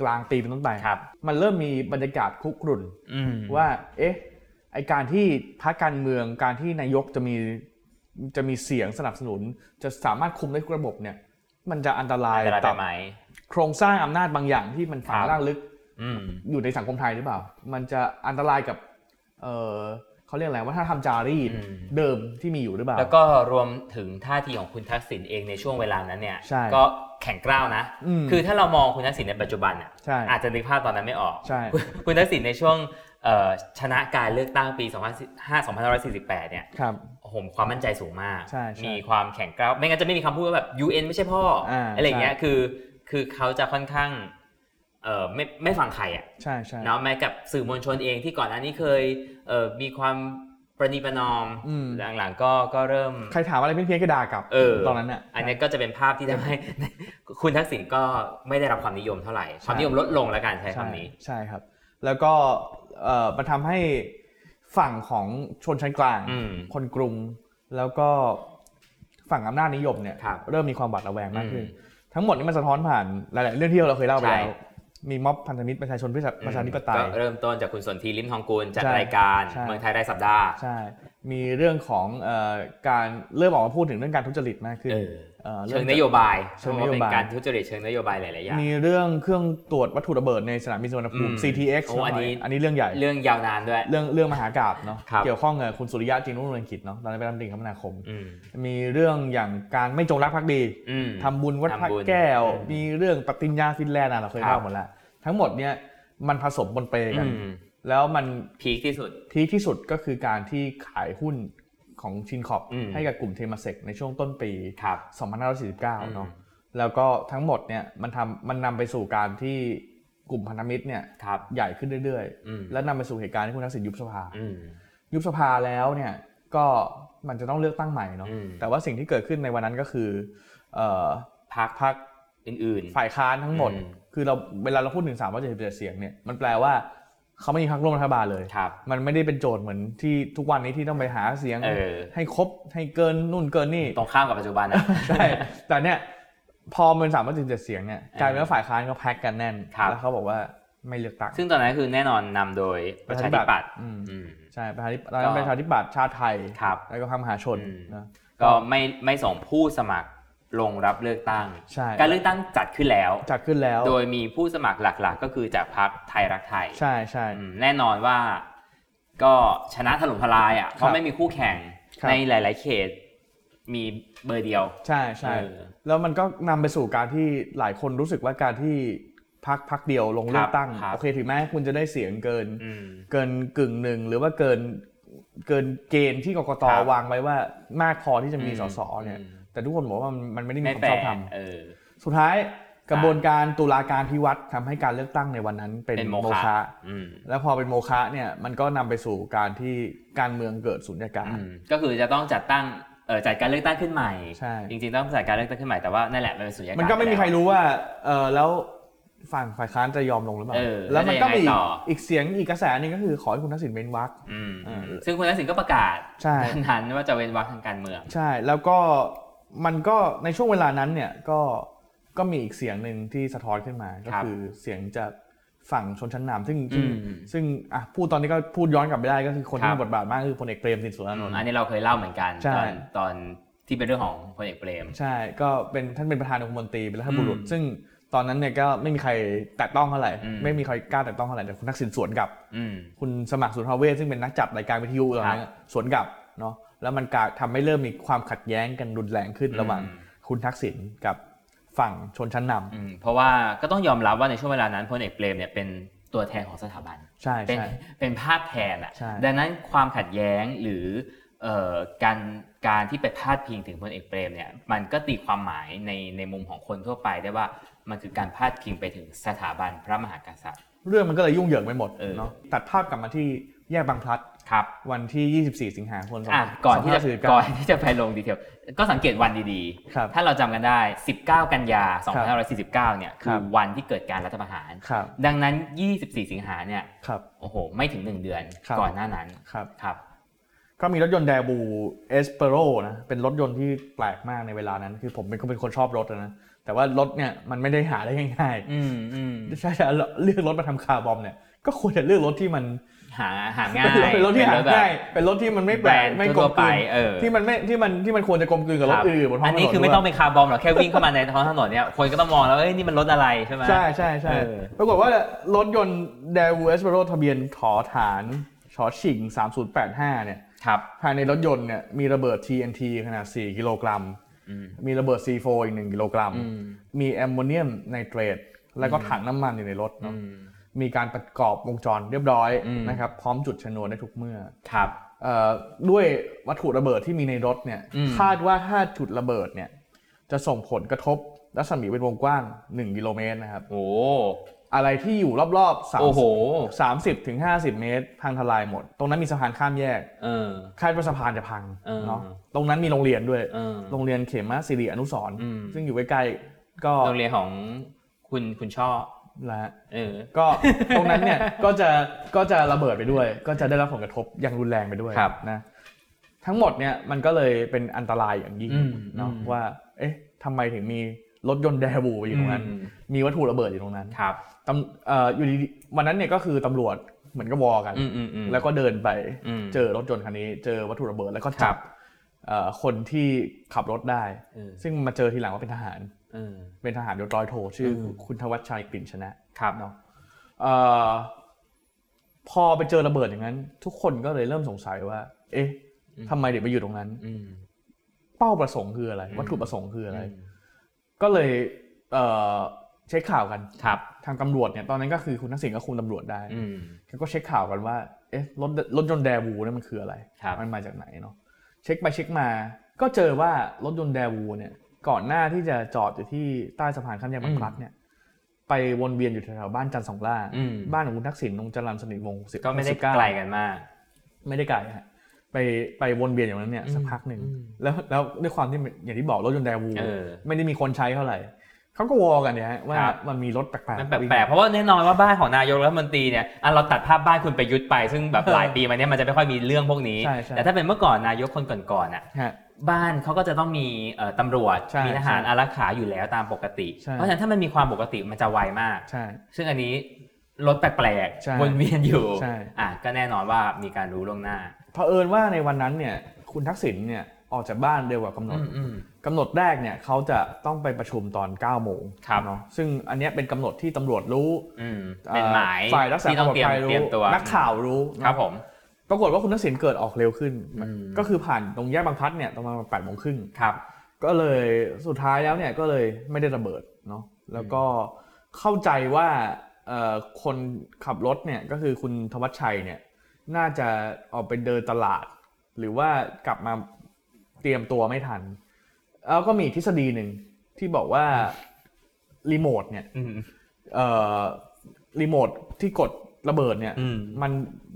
[SPEAKER 3] กลางปีเป็นต้นไป
[SPEAKER 4] ครับ
[SPEAKER 3] มันเริ่มมีบรรยากาศคุกรุ่น
[SPEAKER 4] อืม
[SPEAKER 3] ว่าเอ๊ะไอการที่พรรคการเมืองการที่นายกจะมีจะมีเสียงสนับสนุน จะสามารถคุมได้ทุกระบบเนี่ยมันจะอันตราย
[SPEAKER 4] อันตรายไป
[SPEAKER 3] ต่อ
[SPEAKER 4] ไหม
[SPEAKER 3] โครงสร้างอำนาจบางอย่างที่มันฝัง
[SPEAKER 4] ครับ
[SPEAKER 3] รากลึก
[SPEAKER 4] อืม
[SPEAKER 3] อยู่ในสังคมไทยหรือเปล่า มันจะอันตรายกับ เออเขาเรียกอะไรว่าถ้าทำจารีต
[SPEAKER 4] อืม
[SPEAKER 3] เดิมที่มีอยู่หรือเปล่า
[SPEAKER 4] แล้วก็รวมถึงท่าทีของคุณทักษิณเองในช่วงเวลานั้นเนี่ย
[SPEAKER 3] ใช่
[SPEAKER 4] ก็แข็งกร้าวนะ
[SPEAKER 3] อืม
[SPEAKER 4] คือถ้าเรามองคุณทักษิณในปัจจุบันอ่ะ
[SPEAKER 3] ใช่
[SPEAKER 4] อาจจะนึกภาพตอนนั้นไม่ออก
[SPEAKER 3] ใช่
[SPEAKER 4] คุณคุณทักษิณในช่วงเอ่อชนะการเลือกตั้งปี 2548 เนี่ย
[SPEAKER 3] ครับ
[SPEAKER 4] โอ้โหความมั่นใจสูงมาก
[SPEAKER 3] ใช่ใช่
[SPEAKER 4] มีความแข็งกร้าว ไม่งั้นจะไม่มีคำพูดว่าแบบ UN ไม่ใช่พ่ออา อะไรอย่างเงี้ย
[SPEAKER 3] ใช่
[SPEAKER 4] คือ คือเขาจะค่อนข้างเอ่อไม่ไม่ฟังใครอ่ะ
[SPEAKER 3] ใช่ใช่
[SPEAKER 4] เนาะแม้กับสื่อมวลชนเองที่ก่อนหน้านี้เคยเอ่อมีความประนีประนอม
[SPEAKER 3] อืม
[SPEAKER 4] หลังๆ ก็ก็เริ่ม
[SPEAKER 3] ใครถามอะไรเพี้ยนๆก็ด่ากลับ
[SPEAKER 4] เออ
[SPEAKER 3] ตอนนั้นอ่ะ
[SPEAKER 4] อันนี้ก็จะเป็นภาพที่ทำให้ [laughs] คุณทักษิณก็ไม่ได้รับความนิยมเท่าไหร่ ความนิยมลดลงแล้วกันใช้คำนี้
[SPEAKER 3] ใช่ครับ แล้วก็เอ่อมันทำให้ฝั่งของชนชั้นกลาง
[SPEAKER 4] อืม
[SPEAKER 3] คนกรุง แล้วก็ฝั่งอำนาจนิยมเนี่ย
[SPEAKER 4] ครับ
[SPEAKER 3] เริ่มมีความหวาดระแวงมากขึ้น
[SPEAKER 4] อื
[SPEAKER 3] ทั้งหมดนี้มันสะท้อนผ่านหลาย ๆ เรื่องที่เราเคยเล่าไป
[SPEAKER 4] ใช่
[SPEAKER 3] แล้ว มีม็อบพันธมิตรประชาชนเพื่อประชาธิปไตย
[SPEAKER 4] ก็เริ่มต้นจากคุณสนธีลิ้มทองกุลจัด
[SPEAKER 3] ใช่
[SPEAKER 4] รายการ
[SPEAKER 3] ใช่
[SPEAKER 4] เมืองไทยรายสัปดาห์
[SPEAKER 3] ใช่ มีเรื่องของเออการเริ่มออกมาพูดถึงเรื่องการทุจริตมากขึ้น
[SPEAKER 4] เออ
[SPEAKER 3] เอ่อ
[SPEAKER 4] เชิ
[SPEAKER 3] เรื่
[SPEAKER 4] ง
[SPEAKER 3] อง
[SPEAKER 4] นโยบาย
[SPEAKER 3] เชิ
[SPEAKER 4] เชิ
[SPEAKER 3] ง
[SPEAKER 4] ง
[SPEAKER 3] น
[SPEAKER 4] น
[SPEAKER 3] โยบาย
[SPEAKER 4] โยบายการทุจริตเชิงนโยบายหลายๆอย่าง
[SPEAKER 3] มีเรื่องเครื่องตรวจวัตถุระเบิดในสนามบินสุวรรณภูมิ
[SPEAKER 4] อืม
[SPEAKER 3] CTX
[SPEAKER 4] โอ้อันนี้
[SPEAKER 3] อันนี้เรื่องใหญ่
[SPEAKER 4] เรื่องยาวนานด้วย
[SPEAKER 3] เรื่องเรื่องมหากาบเนาะ
[SPEAKER 4] ครับ
[SPEAKER 3] เกี่ยวข้องกับคุณสุริยะจินรุ่งเรืองกิจเนาะตอนนั้นเป็นรัฐมนตรีคมนาคม
[SPEAKER 4] อืม
[SPEAKER 3] มีเรื่องอย่างการไม่จงรักภักดี
[SPEAKER 4] อืม
[SPEAKER 3] ทำบุญวัดพระ
[SPEAKER 4] ทำบุญ
[SPEAKER 3] แก้ว
[SPEAKER 4] อืม
[SPEAKER 3] มีเรื่องปฏิญญาฟินแลนด์อ่ะเราเคย
[SPEAKER 4] ครั
[SPEAKER 3] เล่า
[SPEAKER 4] บ
[SPEAKER 3] หมดแล้วทั้งหมดเนี่ยมันผสมบนเปกัน
[SPEAKER 4] อืม
[SPEAKER 3] แล้วมัน
[SPEAKER 4] พีคที่สุด
[SPEAKER 3] พีคที่สุดก็คือการที่ขายหุ้นของชินขอบ
[SPEAKER 4] อืม
[SPEAKER 3] ให้กับกลุ่มเทมาเซกในช่วงต้นปี
[SPEAKER 4] ครับ
[SPEAKER 3] 2549เนาะแล้วก็ทั้งหมดเนี่ยมันทำมันนำไปสู่การที่กลุ่มพันธมิตรเนี่ย
[SPEAKER 4] ครับ
[SPEAKER 3] ใหญ่ขึ้นเรื่อย
[SPEAKER 4] อืม
[SPEAKER 3] ๆ และนำไปสู่เหตุการณ์ที่คุณทักษิณยุบสภา
[SPEAKER 4] อืม
[SPEAKER 3] ยุบสภาแล้วเนี่ยก็มันจะต้องเลือกตั้งใหม่เนาะ
[SPEAKER 4] อืม
[SPEAKER 3] แต่ว่าสิ่งที่เกิดขึ้นในวันนั้นก็คือเอ่อ
[SPEAKER 4] พัก
[SPEAKER 3] พัก
[SPEAKER 4] อื่น
[SPEAKER 3] ฝ่ายค้านทั้งหมด
[SPEAKER 4] อืม
[SPEAKER 3] คือเราเวลาเราพูดถึง377เสียงเนี่ยมันแปลว่าเขาไม่มีพรรคร่วมรัฐบาลเลย
[SPEAKER 4] ๆครับ
[SPEAKER 3] มันไม่ได้เป็นโจทย์เหมือนที่ทุกวันนี้ที่ต้องไปหาเสียง
[SPEAKER 4] เออ
[SPEAKER 3] ให้ครบให้เกินนู่นเกินนี่
[SPEAKER 4] ตรงข้ามกับปัจจุบัน
[SPEAKER 3] [laughs]
[SPEAKER 4] นะ
[SPEAKER 3] ใช่ แต่เนี่ยพอมันสามร้อยเจ็ดเสียงเนี่ยกลายเป็นว่าฝ่ายค้านก็แพ็กกันแน่น
[SPEAKER 4] ครับ
[SPEAKER 3] แล้วเขาบอกว่าไม่เลือกตั้ง
[SPEAKER 4] ซึ่งตอนนั้นคือแน่นอนนำโดยประชาธิปัตย์
[SPEAKER 3] อืม
[SPEAKER 4] อืม
[SPEAKER 3] ใช่ประชาธิปัตย์ตอนนั้นเป็นประชาธิปัตย์ชาติไทย
[SPEAKER 4] ครับ
[SPEAKER 3] แล้วก็พรรคมหาชน
[SPEAKER 4] อืม
[SPEAKER 3] นะ
[SPEAKER 4] ก็ไม่ไม่ส่งผู้สมัครลงรับเลือกตั้ง
[SPEAKER 3] ใช่
[SPEAKER 4] การเลือกตั้งจัดขึ้นแล้ว
[SPEAKER 3] จัดขึ้นแล้ว
[SPEAKER 4] โดยมีผู้สมัครหลักๆ ก็คือจากพรรคไทยรักไทย
[SPEAKER 3] ใช่ใช่
[SPEAKER 4] อืมแน่นอนว่าก็ชนะถล่มทลายอ่ะเพราะไม่มีคู่แข่ง
[SPEAKER 3] ครับ
[SPEAKER 4] ในหลาย ๆ เขตมีเบอร์เดียว
[SPEAKER 3] ใช่ใช่
[SPEAKER 4] เออ
[SPEAKER 3] แล้วมันก็นำไปสู่การที่หลายคนรู้สึกว่าการที่พักพักเดียวลงเลือกตั้ง
[SPEAKER 4] ครับ
[SPEAKER 3] โอเคถึงแม้คุณจะได้เสียงเกิน
[SPEAKER 4] อืม
[SPEAKER 3] เกินกึ่งหนึ่งหรือว่าเกินเกินเกณฑ์ที่กกต
[SPEAKER 4] ครับ
[SPEAKER 3] วางไว้ว่ามากพอที่จะมี
[SPEAKER 4] อืม
[SPEAKER 3] สสเนี่ย
[SPEAKER 4] อืม
[SPEAKER 3] แต่ทุกคนบอกว่ามันมันไม่ได้มีค
[SPEAKER 4] ไม่
[SPEAKER 3] วาม
[SPEAKER 4] แปล
[SPEAKER 3] ชอบธรรม
[SPEAKER 4] เออ
[SPEAKER 3] สุดท้ายกระบวนการตุลาการพิวัตรทำให้การเลือกตั้งในวันนั้นเป็น
[SPEAKER 4] เป็นโม
[SPEAKER 3] โม
[SPEAKER 4] ฆะ
[SPEAKER 3] ฆะ
[SPEAKER 4] อืม
[SPEAKER 3] แล้วพอเป็นโมฆะเนี่ยมันก็นำไปสู่การที่การเมืองเกิดสุญญากาศ
[SPEAKER 4] อืมก็คือจะต้องจัดตั้งเออจัดการเลือกตั้งขึ้นใหม่
[SPEAKER 3] ใช่
[SPEAKER 4] จริงๆต้องจัดการเลือกตั้งขึ้นใหม่แต่ว่านั่นแหละมันเป็นสุญญากาศ
[SPEAKER 3] มันก็ไม่มีใคร
[SPEAKER 4] ปแล้ว
[SPEAKER 3] รู้ว่าเออแล้วฝั่งฝ่ายค้านจะยอมลงหรือเปล่า
[SPEAKER 4] เออ
[SPEAKER 3] แล้วมันก็มี
[SPEAKER 4] แล้วจะยังไงต่อ
[SPEAKER 3] อีกเสียงอีกกระแสหนึงก็คือขอให้คุณทักษิณเว้นวรรค
[SPEAKER 4] อืม
[SPEAKER 3] เออ
[SPEAKER 4] ซึ่งคุณทักษิณก็ประกาศ
[SPEAKER 3] ใช่
[SPEAKER 4] วันนั้นว่าจะเว้นวรรคทางการเมือง
[SPEAKER 3] ใช่แล้วก็มันก็ในช่วงเวลานั้นเนี่ยก็ก็มีอีกเสียงหนึ่งที่สะท้อนขึ้นมาก็
[SPEAKER 4] ครับ
[SPEAKER 3] คือเสียงจากฝั่งชนชั้นนำซึ่งซึ่ง
[SPEAKER 4] อืม
[SPEAKER 3] ซึ่งอ่ะพูดตอนนี้ก็พูดย้อนกลับไปได้ก็คือคนที่
[SPEAKER 4] ครับ
[SPEAKER 3] มีบทบาทมากคือพลเอกเปรมตินสุรานนท์
[SPEAKER 4] อันนี้เราเคยเล่าเหมือนกัน
[SPEAKER 3] ใช่
[SPEAKER 4] ตอนตอนที่เป็นเรื่องของพลเอกเปรม
[SPEAKER 3] ใช่ก็เป็นท่านเป็นประธานองคมนตรีเป็นรัฐบุรุษ
[SPEAKER 4] อืม
[SPEAKER 3] ซึ่งตอนนั้นเนี่ยก็ไม่มีใครแตะต้องเท่าไหร่
[SPEAKER 4] อืม
[SPEAKER 3] ไม่มีใครกล้าแตะต้องเท่าไหร่แต่คุณทักษิณสวนกลับ
[SPEAKER 4] อืม
[SPEAKER 3] คุณสมัครสุนทรเวชซึ่งเป็นนักจัดรายการวิทยุตอนนั้นสวนกลับ เนาะแล้วมันกะทำให้เริ่มมีความขัดแย้งกันรุนแรงขึ้นระหว่างคุณทักษิณกับฝั่งชนชั้นนำ
[SPEAKER 4] อืมเพราะว่าก็ต้องยอมรับว่าในช่วงเวลานั้นพลเอกเปรมเนี่ยเป็นตัวแทนของสถาบัน
[SPEAKER 3] ใช่
[SPEAKER 4] เป็น
[SPEAKER 3] ใช่
[SPEAKER 4] เป็นภาพแทนอ่ะ
[SPEAKER 3] ใช่
[SPEAKER 4] ดังนั้นความขัดแย้งหรือเอ่อการการที่ไปพาดพิงถึงพลเอกเปรมเนี่ยมันก็ตีความหมายในในมุมของคนทั่วไปได้ว่ามันคือการพาดพิงไปถึงสถาบันพระมหากษัตริย์
[SPEAKER 3] เรื่องมันก็เลยยุ่งเหยิงไปหมด
[SPEAKER 4] เออ
[SPEAKER 3] เนาะตัดภาพกลับมาที่แยกบางพลัด
[SPEAKER 4] ครับ
[SPEAKER 3] วันที่ 24 สิงหาคม
[SPEAKER 4] อ่ะก่อนที่จะ
[SPEAKER 3] 2549
[SPEAKER 4] ก่อนที่จะไปลงดีเทลก็สังเกตวันดี
[SPEAKER 3] ครับ
[SPEAKER 4] ถ้าเราจำกันได้ 19 กันยา2549เนี่ยคื
[SPEAKER 3] ครั
[SPEAKER 4] อบ วันที่เกิดการรัฐประหาร
[SPEAKER 3] ครับ
[SPEAKER 4] ดังนั้น 24 สิงหาเนี่ย
[SPEAKER 3] ครับ
[SPEAKER 4] โอ้โห ไม่ถึง 1 เดือน
[SPEAKER 3] ครับ
[SPEAKER 4] ก่อนหน้านั้น
[SPEAKER 3] ครับ
[SPEAKER 4] ครับ
[SPEAKER 3] ก็มีรถยนต์แดบูเอสเปโรนะ เป็นรถยนต์ที่แปลกมากในเวลานั้น คือผมเป็นคนเป็นคนชอบรถอะนะ แต่ว่ารถเนี่ยมันไม่ได้หาได้ง่าย
[SPEAKER 4] อืมอืม
[SPEAKER 3] ๆใช่ใช่เลือกรถมาทำคาร์บอมเนี่ย ก็ควรจะเลือกรถที่มัน
[SPEAKER 4] หาหาง่าย
[SPEAKER 3] เป็นรถที่หา
[SPEAKER 4] แบบ
[SPEAKER 3] ง่ายเป็นรถที่มันไม่แปลกไม่กล
[SPEAKER 4] ทั่ว
[SPEAKER 3] มก
[SPEAKER 4] ๆไป
[SPEAKER 3] ลืน
[SPEAKER 4] เออ
[SPEAKER 3] ที่มันไม่ที่มันที่มันควรจะกลมกลืนกับรถอื่นบนท้องถนน
[SPEAKER 4] นนี้คือไม่
[SPEAKER 3] ด้วย
[SPEAKER 4] ต้องเป็นคาร์บอมหรอก แค่วิ่งเข้ามาในท้องถนนเนี่ย คนก็ต้องมองแล้ว เอ้ย นี่มันรถอะไรใช่ไหม
[SPEAKER 3] ใช่ใช่ใช่
[SPEAKER 4] เออ
[SPEAKER 3] ปรากฏว่ารถยนต์เดวูเอสเปโรทะเบียนถอฐานชอชิง 3085 เนี่ย
[SPEAKER 4] ครับ
[SPEAKER 3] ภายในรถยนต์เนี่ยมีระเบิด TNT ขนาด 4 กิโลกรัม
[SPEAKER 4] อืม
[SPEAKER 3] มีระเบิด C4 อีก 1 กิโลกรัม
[SPEAKER 4] อืม
[SPEAKER 3] มีแอมโมเนียมไนเตรตแล้วก็ถังน้ำมันอยู่ในรถ
[SPEAKER 4] อื
[SPEAKER 3] เนาะ
[SPEAKER 4] ม
[SPEAKER 3] มีการประกอบวงจรเรียบร้อย
[SPEAKER 4] อืม
[SPEAKER 3] นะครับพร้อมจุดชนวนได้ทุกเมื่อ
[SPEAKER 4] ครับ
[SPEAKER 3] เอ่อด้วยวัตถุระเบิดที่มีในรถเนี่ย
[SPEAKER 4] อืม
[SPEAKER 3] คาดว่าถ้าจุดระเบิดเนี่ยจะส่งผลกระทบรัศมีเป็นวงกว้าง 1 กิโลเมตรนะครับ
[SPEAKER 4] โอ้
[SPEAKER 3] อะไรที่อยู่รอบๆสาม
[SPEAKER 4] โอ้โห
[SPEAKER 3] สามสิบถึงห้าสิบเมตร พังทลายหมด ตรงนั้นมีสะพานข้ามแยก
[SPEAKER 4] เออ
[SPEAKER 3] คาดว่าสะพานจะพัง
[SPEAKER 4] เออ
[SPEAKER 3] เนาะตรงนั้นมีโรงเรียนด้วย
[SPEAKER 4] เออ
[SPEAKER 3] โรงเรียนเขมสิริอนุสรณ์
[SPEAKER 4] อืม
[SPEAKER 3] ซึ่งอยู่ใกล้ๆก็
[SPEAKER 4] โรงเรียนของคุณคุณช่อ
[SPEAKER 3] นะฮะ
[SPEAKER 4] เออ
[SPEAKER 3] ก็ [laughs] ตรงนั้นเนี่ยก็จะก็จะระเบิดไปด้วย ก็จะได้รับผลกระทบอย่างรุนแรงไปด้วย
[SPEAKER 4] ครับ
[SPEAKER 3] นะทั้งหมดเนี่ยมันก็เลยเป็นอันตรายอย่างยิ่ง
[SPEAKER 4] อืม
[SPEAKER 3] เนาะ
[SPEAKER 4] อืม
[SPEAKER 3] ว่า เอ๊ะทำไมถึงมีรถยนต์แด [laughs] บูอยู่ตรงนั้น
[SPEAKER 4] อืม
[SPEAKER 3] มีวัตถุระเบิดอยู่ตรงนั้น
[SPEAKER 4] ครับ
[SPEAKER 3] ตำเอ่ออยู่ดีๆวันนั้นเนี่ยก็คือตำรวจเหมือนก็วอกัน
[SPEAKER 4] อืมอืมอืม
[SPEAKER 3] แล้วก็เดินไป
[SPEAKER 4] อืม
[SPEAKER 3] เจอรถยนต์คันนี้ เจอวัตถุระเบิดแล้วก็
[SPEAKER 4] ครั
[SPEAKER 3] จับบ เอ่อคนที่ขับรถได้
[SPEAKER 4] เออ
[SPEAKER 3] ซึ่งมาเจอทีหลังว่าเป็นทหาร
[SPEAKER 4] เออ
[SPEAKER 3] เป็นทหารยศร้อยโทชื่ออ
[SPEAKER 4] ม
[SPEAKER 3] คุณธวัชชัยกลิ่นชนะครับ เนาะเอ่อพอไปเจอระเบิดอย่างนั้น ทุกคนก็เลยเริ่มสงสัยว่า เอ๊ะทำไมเด็กไปอยู่ตรงนั้น
[SPEAKER 4] อืม
[SPEAKER 3] เป้าประสงค์คืออะไร
[SPEAKER 4] อืม
[SPEAKER 3] วัตถุประสงค์คืออะไร
[SPEAKER 4] ม
[SPEAKER 3] ก็เลยเอ่อเช็คข่าวกัน
[SPEAKER 4] ครับ
[SPEAKER 3] ทางตำรวจเนี่ยตอนนั้นก็คือคุณทักษิณก็คุมตำรวจได้
[SPEAKER 4] อืม
[SPEAKER 3] ก็เช็คข่าวกันว่าเอ๊ะรถรถยนต์แดวูเนี่ยมันคืออะไร
[SPEAKER 4] ครับ
[SPEAKER 3] มันมาจากไหนเนาะเช็คไปเช็คมา ก็เจอว่ารถยนต์แดวูเนี่ยก่อนหน้าที่จะจอดอยู่ที่ใต้สะพานข้ามแยกบางพลัดเนี่ยไปวนเวียนอยู่แถวๆบ้านจันทร์สองล่า
[SPEAKER 4] อืม
[SPEAKER 3] บ้านของคุณทักษิณตรงจรัญสนิทวงศ์สิบ
[SPEAKER 4] ก็ไม่ได้
[SPEAKER 3] สิบเา
[SPEAKER 4] ไกลกันมาก
[SPEAKER 3] ไม่ได้ไกลฮะไปไปวนเวียนอย่างนั้นเนี่ย
[SPEAKER 4] อืม
[SPEAKER 3] สักพักหนึ่ง
[SPEAKER 4] อืม
[SPEAKER 3] แล้วแล้วด้วยความที่อย่างที่บอกรถยนต์แดวู
[SPEAKER 4] เออ
[SPEAKER 3] ไม่ได้มีคนใช้เท่าไหร่เขาก็วอกันเนี่ยฮะว่า
[SPEAKER 4] ครับ
[SPEAKER 3] มันมีรถแปลกๆ
[SPEAKER 4] มันแป
[SPEAKER 3] วิ่ง
[SPEAKER 4] ลกๆเพราะว่าแน่นอนว่าบ้านของนายกรัฐมนตรีเนี่ยอ่ะเราตัดภาพบ้านคุณไประยุทธไป ซึ่งแบบหลายปีมาเนี้ยมันจะไม่ค่อยมีเรื่องพวกนี้
[SPEAKER 3] ใช่ใช่
[SPEAKER 4] แต่ถ้าเป็นเมื่อก่อนนายกคนก่อนๆอ่ะ
[SPEAKER 3] ฮะ
[SPEAKER 4] บ้านเขาก็จะต้องมีเอ่อตำรวจ
[SPEAKER 3] ใช่
[SPEAKER 4] มีทหาร
[SPEAKER 3] ใช่
[SPEAKER 4] อารักขาอยู่แล้วตามปกติ
[SPEAKER 3] ใช่
[SPEAKER 4] เพราะฉะนั้นถ้ามันมีความปกติมันจะไวมาก
[SPEAKER 3] ใช่
[SPEAKER 4] ซึ่งอันนี้รถแปลก
[SPEAKER 3] ใช่
[SPEAKER 4] วนเวียนอยู่
[SPEAKER 3] ใช่
[SPEAKER 4] อ่ะก็แน่นอนว่ามีการรู้ล่วงหน้า
[SPEAKER 3] เผอิญว่าในวันนั้นเนี่ยคุณทักษิณเนี่ยออกจากบ้านเร็วกว่ากำหนด
[SPEAKER 4] อืม
[SPEAKER 3] กำหนดแรกเนี่ยเขาจะต้องไปประชุมตอน 9 โมง
[SPEAKER 4] ครับ
[SPEAKER 3] เนาะซึ่งอันเนี้ยเป็นกำหนดที่ตำรวจรู้
[SPEAKER 4] ๆอืมเป็นหมาย
[SPEAKER 3] อ่ฝ่ายรักษา
[SPEAKER 4] ที่
[SPEAKER 3] ค
[SPEAKER 4] ต้
[SPEAKER 3] วาม
[SPEAKER 4] อ
[SPEAKER 3] ป
[SPEAKER 4] ง
[SPEAKER 3] ลอด
[SPEAKER 4] เตรียม
[SPEAKER 3] ภัยรู้
[SPEAKER 4] เตรียมตัว
[SPEAKER 3] นักข่าวรู้นะครับ
[SPEAKER 4] ผม
[SPEAKER 3] ปรากฏว่าคุณทักษิณเกิดออกเร็วขึ้น
[SPEAKER 4] อืม
[SPEAKER 3] ก็คือผ่านตรงแยกบางพลัดเนี่ยประมาณ8โมงครึ่ง
[SPEAKER 4] ครับ
[SPEAKER 3] ก็เลยสุดท้ายแล้วเนี่ยก็เลยไม่ได้ระเบิดเนาะแล้วก็เข้าใจว่าเอ่อคนขับรถเนี่ยก็คือคุณธวัชชัยเนี่ยน่าจะออกไปเดินตลาด หรือว่ากลับมาเตรียมตัวไม่ทัน แล้วก็มีอีกทฤษฎีหนึ่งที่บอกว่ารีโมทเนี่ย
[SPEAKER 4] อืม
[SPEAKER 3] เอ่อรีโมทที่กดระเบิดเนี่ย
[SPEAKER 4] อืม
[SPEAKER 3] มัน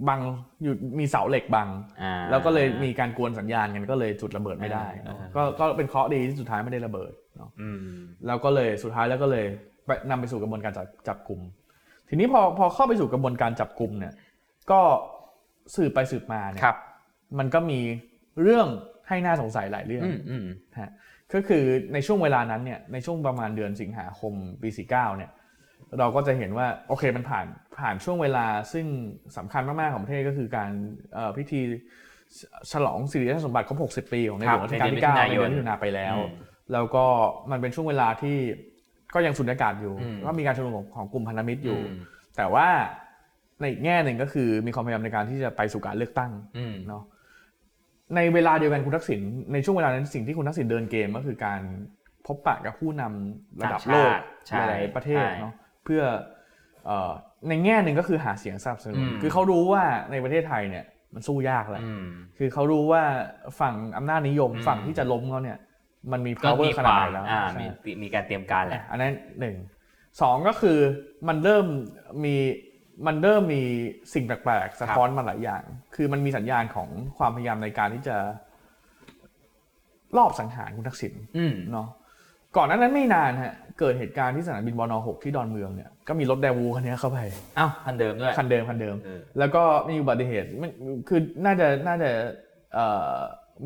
[SPEAKER 3] บังอยู่มีเสาเหล็กบัง
[SPEAKER 4] อ่า
[SPEAKER 3] แล้วก็เลยมีการกวนสัญญาณกันก็เลยจุดระเบิดไม่ได้
[SPEAKER 4] อ่า
[SPEAKER 3] ก็ก็เป็นเคราะห์ดีที่สุดท้ายไม่ได้ระเบิดเนาะ
[SPEAKER 4] อืม
[SPEAKER 3] แล้วก็เลยสุดท้ายแล้วก็เลยไปนำไปสู่กระบวนการจับจับกลุ่มทีนี้พอพอเข้าไปสู่กระบวนการจับกลุ่มเนี่ยก็สืบไปสืบมาเนี่ย
[SPEAKER 4] ครับ
[SPEAKER 3] มันก็มีเรื่องให้น่าสงสัยหลายเรื่อง
[SPEAKER 4] อืมอืม
[SPEAKER 3] ก็คือในช่วงเวลานั้นเนี่ยในช่วงประมาณเดือนสิงหาคมปี 49เนี่ยเราก็จะเห็นว่าโอเคมันผ่านผ่านช่วงเวลาซึ่งสำคัญมาก ๆ ของประเทศก็คือการเอ่อพิธีฉฉลองสิริราชสมบัติครบ 60 ปีของในหลวงรัชกาลที่
[SPEAKER 4] ครั
[SPEAKER 3] 9
[SPEAKER 4] บ
[SPEAKER 3] ใน
[SPEAKER 4] ในเดื
[SPEAKER 3] เดื
[SPEAKER 4] อ
[SPEAKER 3] อน นมิ
[SPEAKER 4] มิถุนาน
[SPEAKER 3] ถุาย
[SPEAKER 4] น
[SPEAKER 3] ไปแล้ว
[SPEAKER 4] อืม
[SPEAKER 3] แล้วก็มันเป็นช่วงเวลาที่ก็ยังสุญญากาศอยู่
[SPEAKER 4] อืม
[SPEAKER 3] ก็มีการชุมนุมของของกลุ่มพันธมิตรอยู่ แต่ว่าในอีกแง่หนึ่งก็คือมีความพยายามในการที่จะไปสู่การเลือกตั้ง
[SPEAKER 4] อืม
[SPEAKER 3] เนาะ ในเวลาเดียวกันคุณทักษิณในช่วงเวลานั้นสิ่งที่คุณทักษิณเดินเกมก็คือการพบปะกับผู้นำระดับโลก
[SPEAKER 4] ต่างชาติใช่
[SPEAKER 3] หลายๆประเทศ
[SPEAKER 4] ใช่
[SPEAKER 3] เนาะเพื่อเอ่อในแง่หนึ่งก็คือหาเสียงสนับสนุน
[SPEAKER 4] อืม
[SPEAKER 3] คือเขารู้ว่าในประเทศไทยเนี่ยมันสู้ยากแหละ
[SPEAKER 4] อืม
[SPEAKER 3] คือเขารู้ว่าฝั่งอำนาจนิยม
[SPEAKER 4] อืม
[SPEAKER 3] ฝั่งที่จะล้มเขาเนี่ย มันมี
[SPEAKER 4] ก็
[SPEAKER 3] power
[SPEAKER 4] มี
[SPEAKER 3] ข
[SPEAKER 4] ค
[SPEAKER 3] นาด
[SPEAKER 4] วา
[SPEAKER 3] ไห
[SPEAKER 4] ม
[SPEAKER 3] นแล้ว
[SPEAKER 4] อ่า
[SPEAKER 3] ใช่
[SPEAKER 4] มีมีการเตรียมการแหละ
[SPEAKER 3] อันนั้นหนึ่งสองก็คือมันเริ่มมีมันเริ่มมีสิ่งแปลกๆสะท้อนมาหลายอย่าง คือมันมีสัญญาณของความพยายามในการที่จะลอบสังหารคุณทักษิณ
[SPEAKER 4] อืม
[SPEAKER 3] เนาะก่อนหนั้นนั้นไม่นานฮะเกิดเหตุการณ์ที่สนามบินบนหกที่ดอนเมืองเนี่ยก็มีรถแดวูคันเนี้ยเข้าไป
[SPEAKER 4] เอ้าคันเดิมด้วย
[SPEAKER 3] คันเดิมคันเดิม
[SPEAKER 4] เออ
[SPEAKER 3] แล้วก็มีอุบัติเหตุมันคือน่าจะน่าจะเอ่อ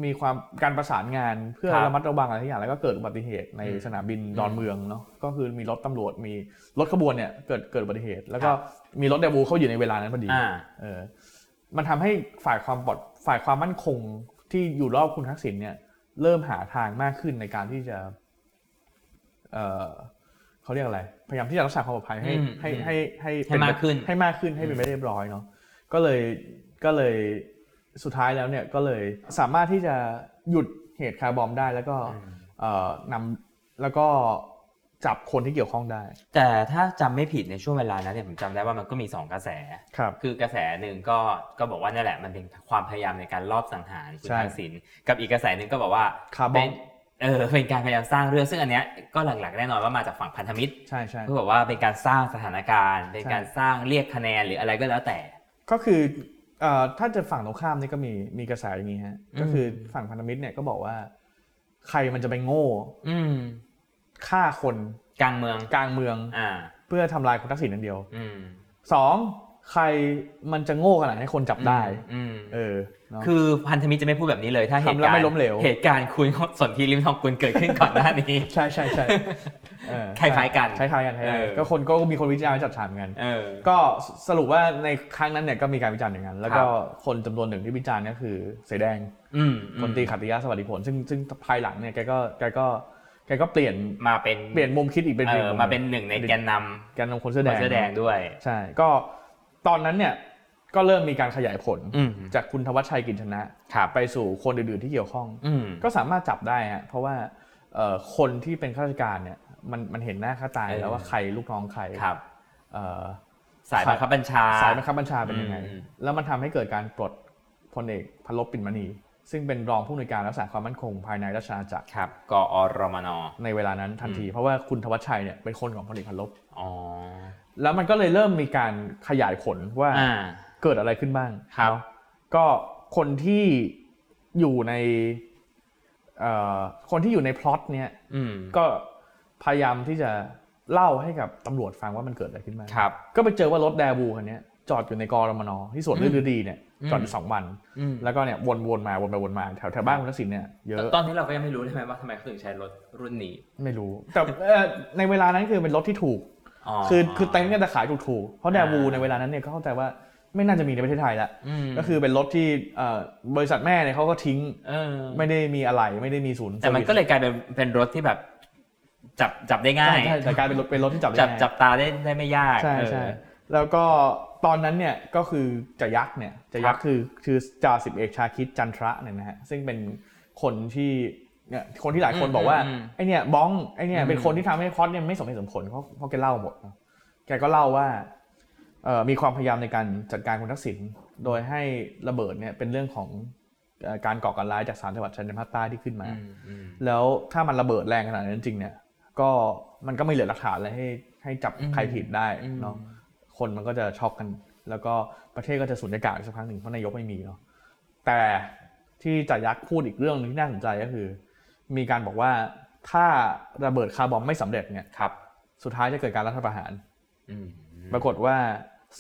[SPEAKER 3] มีความการประสานงานเพื่อ
[SPEAKER 4] ครับ
[SPEAKER 3] ระมัดระวังอะไรทุกอย่างแล้วก็เกิดอุบัติเหตุใน
[SPEAKER 4] อืม
[SPEAKER 3] สนามบินดอนเมืองเนาะก็คือมีรถตำรวจมีรถขบวนเนี่ยเกิดเกิดอุบัติเหตุ แล้วก็
[SPEAKER 4] ครับ
[SPEAKER 3] มีรถเดบูเข้าอยู่ในเวลานั้นพอดี
[SPEAKER 4] อ่า
[SPEAKER 3] เออมันทำให้ฝ่ายความปลอดฝ่ายความมั่นคงที่อยู่รอบคุณทักษิณเนี่ยเริ่มหาทางมากขึ้นในการที่จะเออเขาเรียกอะไร พยายามที่จะรักษาความปลอดภัยให้
[SPEAKER 4] อืม
[SPEAKER 3] ให้
[SPEAKER 4] อืม
[SPEAKER 3] ให้ให้
[SPEAKER 4] ให้
[SPEAKER 3] เป็น
[SPEAKER 4] มากขึ้น
[SPEAKER 3] ให้มากขึ้นให้เป็นไปได้เรียบร้อยเนาะก็เลยก็เลยสุดท้ายแล้วเนี่ยก็เลยสามารถที่จะหยุดเหตุคาร์บอมได้แล้วก็เอ่อนำแล้วก็จับคนที่เกี่ยวข้องได้
[SPEAKER 4] แต่ถ้าจำไม่ผิดในช่วงเวลานั้นเนี่ยผมจำได้ว่ามันก็มีสองกระแส
[SPEAKER 3] ครับ
[SPEAKER 4] คือกระแสหนึ่งก็ก็บอกว่านั่นแหละมันเป็นความพยายามในการลอบสังหารคุณ
[SPEAKER 3] ใช่
[SPEAKER 4] ทักษิณกับอีกกระแสหนึ่งก็บอกว่า
[SPEAKER 3] คาร์บอม
[SPEAKER 4] เป็นเออเป็นการพยายามสร้างเรื่องซึ่งอันเนี้ยก็หลักๆแน่นอนว่ามาจากฝั่งพันธมิตร
[SPEAKER 3] ใช่ใช่
[SPEAKER 4] เพื่อบอกว่าเป็นการสร้างสถานการณ์ เป็น
[SPEAKER 3] ใช่
[SPEAKER 4] การสร้างเรียกคะแนนหรืออะไรก็แล้วแต่
[SPEAKER 3] ก็คือเอ่อถ้าจะฝั่งตรงข้ามนี่ก็มีมีกระแสอย่างนี้ฮะก็คือฝั่งพันธมิตรเนี่ยก็บอกว่า ใครมันจะไปโง่
[SPEAKER 4] อืม
[SPEAKER 3] ฆ่าคน
[SPEAKER 4] กลางเมือง
[SPEAKER 3] กลางเมือง
[SPEAKER 4] อ่า
[SPEAKER 3] เพื่อทำลายคุณทักษิณนั่นเดียว
[SPEAKER 4] อืม
[SPEAKER 3] สองใครมันจะโง่ขนาดให้คนจับได้
[SPEAKER 4] อืม
[SPEAKER 3] เออเนาะ
[SPEAKER 4] คือพันธมิตรจะไม่พูดแบบนี้เลยถ้าเหตุ
[SPEAKER 3] ทำแล้ว
[SPEAKER 4] การ
[SPEAKER 3] ไม่
[SPEAKER 4] ณ์
[SPEAKER 3] ล้มเหลว
[SPEAKER 4] เหตุการณ์คุณ [laughs] สนธิริมทองกุลเกิดขึ้นก่อนหน้านี้
[SPEAKER 3] ใช่ใช่ใช่เออ
[SPEAKER 4] คล้ายๆกัน
[SPEAKER 3] คล้ายๆกันคล้ายๆ
[SPEAKER 4] เอ
[SPEAKER 3] กั
[SPEAKER 4] อ
[SPEAKER 3] นก็คนก็มีคนวิจารณ์จัดฉากเหมือนกัน
[SPEAKER 4] เออ
[SPEAKER 3] ก็สรุปว่าในครั้งนั้นเนี่ยก็มีการวิจารณ์อย่างนั้น แล้วก็
[SPEAKER 4] ครับ
[SPEAKER 3] คนจำนวนหนึ่งที่วิจารณ์ก็คือเสอแดง
[SPEAKER 4] อืมอืม
[SPEAKER 3] คนตรีขัตติยะสวัสดิผล ซึ่งซึ่งภายหลังเนี่ยแกก็แกก็แกก็เปลี่ยน
[SPEAKER 4] มาเป็น
[SPEAKER 3] เปลี่ยนมุมคิดอีกเป็น
[SPEAKER 4] เอ
[SPEAKER 3] อีก
[SPEAKER 4] อ
[SPEAKER 3] หง
[SPEAKER 4] มาเป็นหนึ่งในแกนน
[SPEAKER 3] แกนนำคน
[SPEAKER 4] ำ
[SPEAKER 3] เสื้อแดง
[SPEAKER 4] เสื้อแดงด้วย
[SPEAKER 3] ใช่ ก็ตอนนั้นเนี่ยก็เริ่มมีการขยายผล
[SPEAKER 4] อืม
[SPEAKER 3] จากคุณธวัชชัยกินชนะ
[SPEAKER 4] ครับ
[SPEAKER 3] ไปสู่คนอื่นๆที่เกี่ยวข้อง
[SPEAKER 4] อืม
[SPEAKER 3] ก็สามารถจับได้ฮะเพราะว่าเอ่อคนที่เป็นข้าราชการเนี่ยมันมันเห็นหน้าค่าตาอยู่แล้วว่าใครลูกน้องใคร
[SPEAKER 4] ครับ
[SPEAKER 3] เอ่อ
[SPEAKER 4] สายบังคับบัญชา
[SPEAKER 3] สายบังคับบัญชาเป็นยังไง
[SPEAKER 4] อืม
[SPEAKER 3] แล้วมันทำให้เกิดการปลดพลเอกพันลบปิ่นมณี ซึ่งเป็นรองผู้อำนวยการรักษาความมั่นคงภายในราชอาณาจักร
[SPEAKER 4] ครับกอรมน
[SPEAKER 3] ในเวลานั้นทันที เพราะว่าคุณธวัชชัยเนี่ยเป็นคนของพลเอกพันลบ
[SPEAKER 4] อ๋อ
[SPEAKER 3] แล้วมันก็เลยเริ่มมีการขยายผลว่า
[SPEAKER 4] อ่า
[SPEAKER 3] เกิดอะไรขึ้นบ้าง
[SPEAKER 4] ครับ
[SPEAKER 3] ก็คนที่อยู่ในเอ่อคนที่อยู่ในพล็อตเนี่ย
[SPEAKER 4] อืม
[SPEAKER 3] ก็พยายามที่จะเล่าให้กับตำรวจฟังว่ามันเกิดอะไรขึ้นมา
[SPEAKER 4] ครับ
[SPEAKER 3] ก็ไปเจอว่ารถแดบูคันเนี้ยจอดอยู่ในกรมนที่สวนฤดูดีเนี่ยจอดอยู่สองวัน
[SPEAKER 4] อืม
[SPEAKER 3] แล้วก็เนี่ยวนๆมาวนไปวนมาแถวแถวบ้านคุณทักษิณเนี่ยเยอะ
[SPEAKER 4] ตอนนี้เราก็ยังไม่รู้ใช่ไหมว่าทำไมเขาถึงใช้รถรุ่นนี้
[SPEAKER 3] ไม่รู้ แต่เอ่อในเวลานั้นคือเป็นรถที่ถูก คือคือเต็นท์ก็จะขายถูกๆ เพราะแดบูในเวลานั้นเนี่ยก็เข้าใจว่าไม่น่าจะมีในประเทศไทยละ
[SPEAKER 4] อืม
[SPEAKER 3] ก็คือเป็นรถที่เอ่อบริษัทแม่เนี่ยเขาก็ทิ้ง
[SPEAKER 4] เออ
[SPEAKER 3] ไม่ได้มีอะไรไม่ได้มีศูนย์
[SPEAKER 4] แต่มันก็เลยกลายเป็นเป็นรถที่แบบ จับจับได้ง่าย
[SPEAKER 3] ใช่ใช่แต่กลายเป็นรถเป็นรถที่จับได้
[SPEAKER 4] จับ
[SPEAKER 3] ง่าย
[SPEAKER 4] จับตาได้ได้ไม่ยาก
[SPEAKER 3] ใช่
[SPEAKER 4] เออ
[SPEAKER 3] ใช่แล้วก็ตอนนั้นเนี่ยก็คือจะยักษ์เนี่ยจะยักษ์คือคือจ่าสิบเอกชาคิดจันทระเนี่ยนะฮะซึ่งเป็นคนที่เนี่ยคนที่หลายคน
[SPEAKER 4] อืม
[SPEAKER 3] บอกว่า
[SPEAKER 4] อืม
[SPEAKER 3] ไอเนี่ยบ้องไอเนี่ย
[SPEAKER 4] อืม
[SPEAKER 3] เป็นคนที่ทำให้พล็อดเนี่ยไม่สมเหตุสมผลเพราะเพราะแกเล่าหมดนะแกก็เล่าว่าเอ่อมีความพยายามในการจัดการคุณทักษิณโดยให้ระเบิดเนี่ยเป็นเรื่องของเอ่อการก่อการร้ายจากสามจังหวัดชายแดนภาคใต้ที่ขึ้นมา
[SPEAKER 4] อืมอืม
[SPEAKER 3] แล้วถ้ามันระเบิดแรงขนาดนั้นจริงเนี่ย ก็มันก็ไม่เหลือหลักฐานอะไรให้ให้จับใครผิดได้เนาะคนมันก็จะช็อกกัน แล้วก็ประเทศก็จะสูญญากาศอีกสักพักหนึ่งเพราะนายกไม่มีเนาะแต่ที่จ่ายักษ์พูดอีกเรื่องหนึงที่น่าสนใจก็คือ มีการบอกว่าถ้าระเบิดคาร์บอมไม่สำเร็จเนี่ย
[SPEAKER 4] ครับ
[SPEAKER 3] สุดท้ายจะเกิดการรัฐประหาร
[SPEAKER 4] อืม
[SPEAKER 3] ปรากฏว่า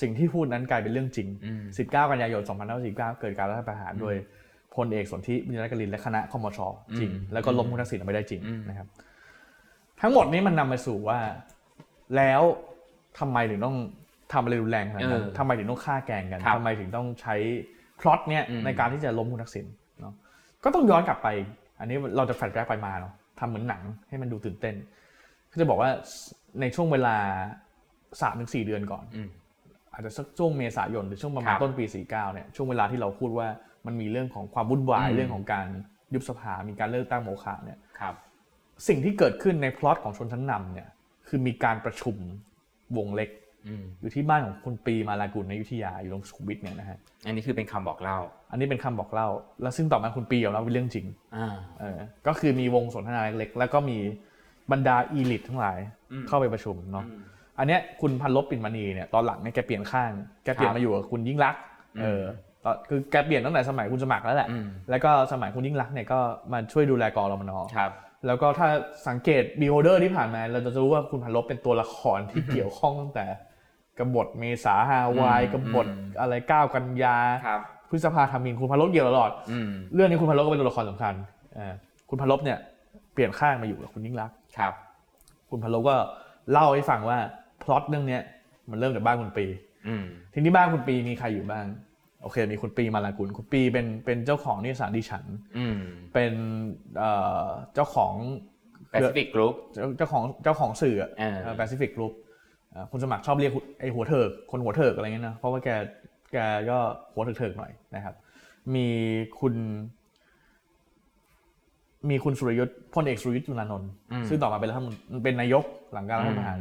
[SPEAKER 3] สิ่งที่พูดนั้นกลายเป็นเรื่องจริง
[SPEAKER 4] อืม
[SPEAKER 3] 19 กันยายน 2549 เกิดการรัฐประหารโดยพลเอกสนธิบุญรักลินและคณะคอมชจริง
[SPEAKER 4] อืม
[SPEAKER 3] แล้วก็ล้มคุณทักษิณเอาไม่ได้จริง
[SPEAKER 4] อืม
[SPEAKER 3] นะครับ ทั้งหมดนี้มันนำมาสู่ว่า แล้วทำไมถึงต้องทำอะไรรุนแรงขนาดนั้น
[SPEAKER 4] เออ
[SPEAKER 3] ทำไมถึงต้องฆ่าแกล้งกัน
[SPEAKER 4] ครับ
[SPEAKER 3] ทำไมถึงต้องใช้พล็อตเนี่ย
[SPEAKER 4] อืม
[SPEAKER 3] ในการที่จะล้มคุณทักษิณเนาะก็ต้องย้อนกลับไป อันนี้เราจะแฟลชแบ็กไปมาเนาะทำเหมือนหนังให้มันดูตื่นเต้นก็จะบอกว่าในช่วงเวลาสามถึงสี่เดือนก่อน
[SPEAKER 4] อืม
[SPEAKER 3] อาจจะสักช่วงเมษายนหรือช่วงประมาณ
[SPEAKER 4] ครับ
[SPEAKER 3] ต้นปี 49เนี่ยช่วงเวลาที่เราพูดว่า มันมีเรื่องของความวุ่นวาย
[SPEAKER 4] อืม
[SPEAKER 3] เรื่องของการยุบสภา มีการเลือกตั้งโมฆะเนี่ย
[SPEAKER 4] ครับ
[SPEAKER 3] สิ่งที่เกิดขึ้นในพล็อตของชนชั้นนำเนี่ยคือมีการประชุมวงเล็ก
[SPEAKER 4] อืม
[SPEAKER 3] อยู่ที่บ้านของคุณปีมาลากุลในอยุธยาอยู่ตรงสุขุมวิทเนี่ยนะฮะ
[SPEAKER 4] อันนี้คือเป็นคำบอกเล่า
[SPEAKER 3] อันนี้เป็นคำบอกเล่า แล้วซึ่งต่อมาคุณปียอมรับเป็นเรื่องจริง
[SPEAKER 4] อ่า
[SPEAKER 3] เออก็คือมีวงสนทนาเล็กๆ แล้วก็มีบรรดาอีลิททั้งหลาย
[SPEAKER 4] อืม
[SPEAKER 3] เข้าไปประชุมเนาะ
[SPEAKER 4] อืม
[SPEAKER 3] อันเนี้ยคุณพันลบปิ่นมณีเนี่ยตอนหลังเนี่ยแกเปลี่ยนข้าง แกเปลี่ยนมาอยู่กับคุณยิ่งรักษณ์เออตอนคือแกเปลี่ยนตั้งแต่สมัยคุณสมัครแล้วแหละ
[SPEAKER 4] อืม
[SPEAKER 3] แล้วก็สมัยคุณยิ่งรักษณ์เนี่ยก็มาช่วยดูแลกอรมนอ
[SPEAKER 4] ครับ
[SPEAKER 3] แล้วก็ถ้าสังเกตบีโฮเดอร์ที่ผ่านมา เราจะรู้ว่าคุณพันลบเป็นตัวละครที่ เกี่ยวข้องตั้งแต่กบฏเมษาฮาวาย
[SPEAKER 4] อืม
[SPEAKER 3] กบฏ
[SPEAKER 4] อืม
[SPEAKER 3] อะไรก้าวกันยา
[SPEAKER 4] ครับ
[SPEAKER 3] พฤษภาธมินคุณพันลบเกี่ยวตลอด
[SPEAKER 4] อืม
[SPEAKER 3] เรื่องนี้คุณพันลบก็เป็นตัวละครสำคัญเออคุณพันลบเนี่ยเปลี่ยนข้างมาอยู่กับคุณยิ่งรักษณ์
[SPEAKER 4] ครับ
[SPEAKER 3] คุณพันลบก็เล่าให้ฟังว่าพล็อตเรื่องเนี้ยมันเริ่มจากบ้านคุณปี
[SPEAKER 4] อืม
[SPEAKER 3] ทีนี้บ้านคุณปีมีใครอยู่บ้าง โอเค มีคุณปีมาลากุลคุณปีเป็นเป็นเจ้าของนิสสานดิฉัน
[SPEAKER 4] อืม
[SPEAKER 3] เป็นเอ่อเจ้าของ
[SPEAKER 4] แปซิฟิกกรุ๊ป
[SPEAKER 3] เจ้าเจ้าของเจ้าของสื่อ
[SPEAKER 4] เออ
[SPEAKER 3] แปซิฟิกกรุ๊ปคุณสมัครชอบเรียกไอหัวเถิกคนหัวเถิกอะไรเงี้ยนะเพราะว่าแกแกก็หัวเถิกๆหน่อยนะครับ มีคุณ มีคุณสุรยุทธ์พลเอกสุรยุทธ์จุลานนท์ซึ่งต่อมาเป็นรัฐมนเป็นนายกหลังการรัฐประหาร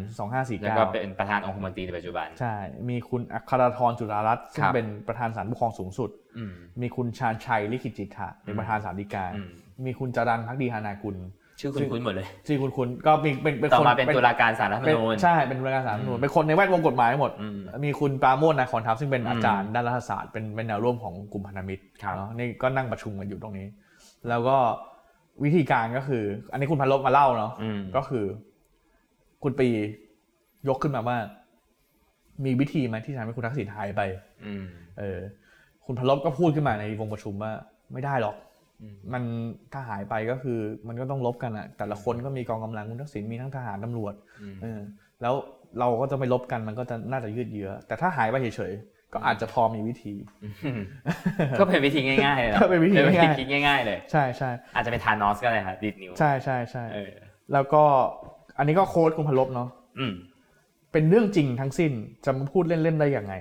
[SPEAKER 4] แล้วก็
[SPEAKER 3] 2549
[SPEAKER 4] เป็นประธานองคมนตรีในปัจจุบัน
[SPEAKER 3] ใช่ มีคุณอัครธรจุฬารัตน์ซึ่ง
[SPEAKER 4] ครับ
[SPEAKER 3] เป็นประธานศาลปกครองสูงสุด
[SPEAKER 4] อืม
[SPEAKER 3] มีคุณชาญชัยลิขิตจิตถะเป็นประธานศาลฎีกา
[SPEAKER 4] อืม
[SPEAKER 3] มีคุณจรันพักดีฮานากุล
[SPEAKER 4] ชื่อคุณคุ้นหมดเลย
[SPEAKER 3] ที่คุณคุณก็มีเป็นเป็น
[SPEAKER 4] ต่อ
[SPEAKER 3] คน
[SPEAKER 4] มาเป็นตุลาการสารรัฐธรรม
[SPEAKER 3] เป็น
[SPEAKER 4] นูญ
[SPEAKER 3] ใช่ เป็นรายการสารรัฐธรรมนูนเป็นคนในแวดวงกฎหมายหมด
[SPEAKER 4] อืม
[SPEAKER 3] มีคุณปราโมทนาคอนทัพซึ่งเป็นอาจารย์ด้านรัฐศาสตร์เป็นเป็นแนวร่วมของกลุ่มพันธมิตร
[SPEAKER 4] ครับ
[SPEAKER 3] เนาะนี่ก็นั่งประชุมกันอยู่ตรงนี้ แล้วก็วิธีการก็คือ อันนี้คุณพันลบมาเล่าเนาะ
[SPEAKER 4] อืม
[SPEAKER 3] ก็คือ คุณปียกขึ้นมาว่า มีวิธีไหมที่จะทำให้คุณทักษิณหายไป
[SPEAKER 4] อืม
[SPEAKER 3] เออ คุณพันลบก็พูดขึ้นมาในวงประชุมว่า ไม่ได้หรอก มันถ้าหายไปก็คือ มันก็ต้องลบกันอะแต่ละคนก็มีกองกำลังคุณทักษิณมีทั้งทหารตำรวจ
[SPEAKER 4] อืม
[SPEAKER 3] เออแล้วเราก็จะไม่ลบกันมันก็จะน่าจะยืดเยื้อ แต่ถ้าหายไปเฉยๆ ก็อาจจะพอมีวิธี
[SPEAKER 4] ก็เป็นวิธีง่ายๆเลยนะ
[SPEAKER 3] ก็เป็นวิธีง่ายๆ
[SPEAKER 4] เป็นคิดง่ายๆเลย
[SPEAKER 3] ใช่ใช่
[SPEAKER 4] อาจจะเป็นทานอสก็ได้ครับดิดนิ้ว
[SPEAKER 3] ใช่ใช่ใช่
[SPEAKER 4] เออ
[SPEAKER 3] แล้วก็อันนี้ก็โค้ดคุณพลบเนาะ
[SPEAKER 4] อืม
[SPEAKER 3] เป็นเรื่องจริงทั้งสิ้นจะมาพูดเล่น ๆ ได้ยังไง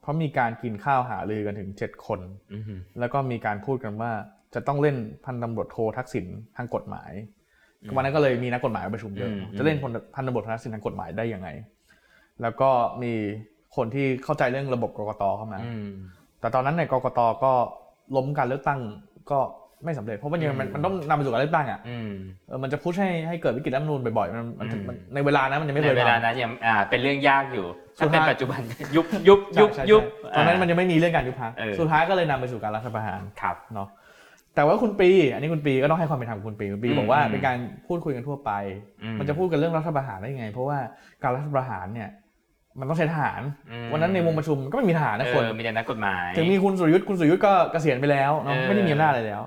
[SPEAKER 3] เพราะมีการกินข้าวหาลือกันถึง 7 คน
[SPEAKER 4] อืม
[SPEAKER 3] แล้วก็มีการพูดกันว่าจะต้องเล่นพันตำรวจโททักษิณทางกฎหมายวันนั้นก็เลยมีนักกฎหมายมาประชุมเยอะ
[SPEAKER 4] อืม
[SPEAKER 3] จะเล่นพันตำรวจโททักษิณทางกฎหมายได้ยังไง แล้วก็มีคนที่เข้าใจเรื่องระบบกกตเข้ามา
[SPEAKER 4] อืม
[SPEAKER 3] แต่ตอนนั้นในยกกตก็ล้มการเลือกตั้งก็ไม่สำเร็จ เพราะว่ายังมัน
[SPEAKER 4] อืม
[SPEAKER 3] มันต้องนำไปสู่การเลือกตั้งอ่ะ
[SPEAKER 4] อืม
[SPEAKER 3] เออมันจะพุชให้ให้เกิดวิกฤตรัฐธรรมนูญบ่อยๆมันมันมันในเวลานั้นมันยังไม่
[SPEAKER 4] ใน
[SPEAKER 3] เคย
[SPEAKER 4] เวลา
[SPEAKER 3] ทำ
[SPEAKER 4] นั้นยังอ่าเป็นเรื่องยากอยู่
[SPEAKER 3] สุ
[SPEAKER 4] ถ้า
[SPEAKER 3] ด
[SPEAKER 4] เป็น
[SPEAKER 3] ท้าย
[SPEAKER 4] ปัจจุบัน [laughs] ยุบยุบยุบ
[SPEAKER 3] ใช่ใช่
[SPEAKER 4] ยุบ
[SPEAKER 3] ใช่ตอนนั้นมันยังไม่มีเรื่องการยุบพัก
[SPEAKER 4] เออ
[SPEAKER 3] สุดท้ายก็เลยนำไปสู่การรัฐประหาร
[SPEAKER 4] ครับ
[SPEAKER 3] เนาะแต่ว่าคุณปี อันนี้คุณปีก็ต้องให้ความเป็นธรรมกับคุณปีคุณปี
[SPEAKER 4] อืม
[SPEAKER 3] บอกว่า
[SPEAKER 4] อืม
[SPEAKER 3] เป็นการพูดคุยกันทั่วไป
[SPEAKER 4] อืม
[SPEAKER 3] มันจะพูดกันเรื่องรัฐประหารได้ยังไง เพราะว่าการรัฐประหารเนี่ยมันต้องใช้ทหาร
[SPEAKER 4] อืม
[SPEAKER 3] วันนั้นในวงประชุมก็ไม่มีทหารนะ
[SPEAKER 4] เอ
[SPEAKER 3] คน
[SPEAKER 4] อมีแต่นักกฎหมาย
[SPEAKER 3] ถึงมีคุณสุรยุทธ์คุณสุรยุทธ์ก็เกษียณไปแล้วเนาะ
[SPEAKER 4] เออ
[SPEAKER 3] ไม่ได้มีอำนาจอะไรแล้ว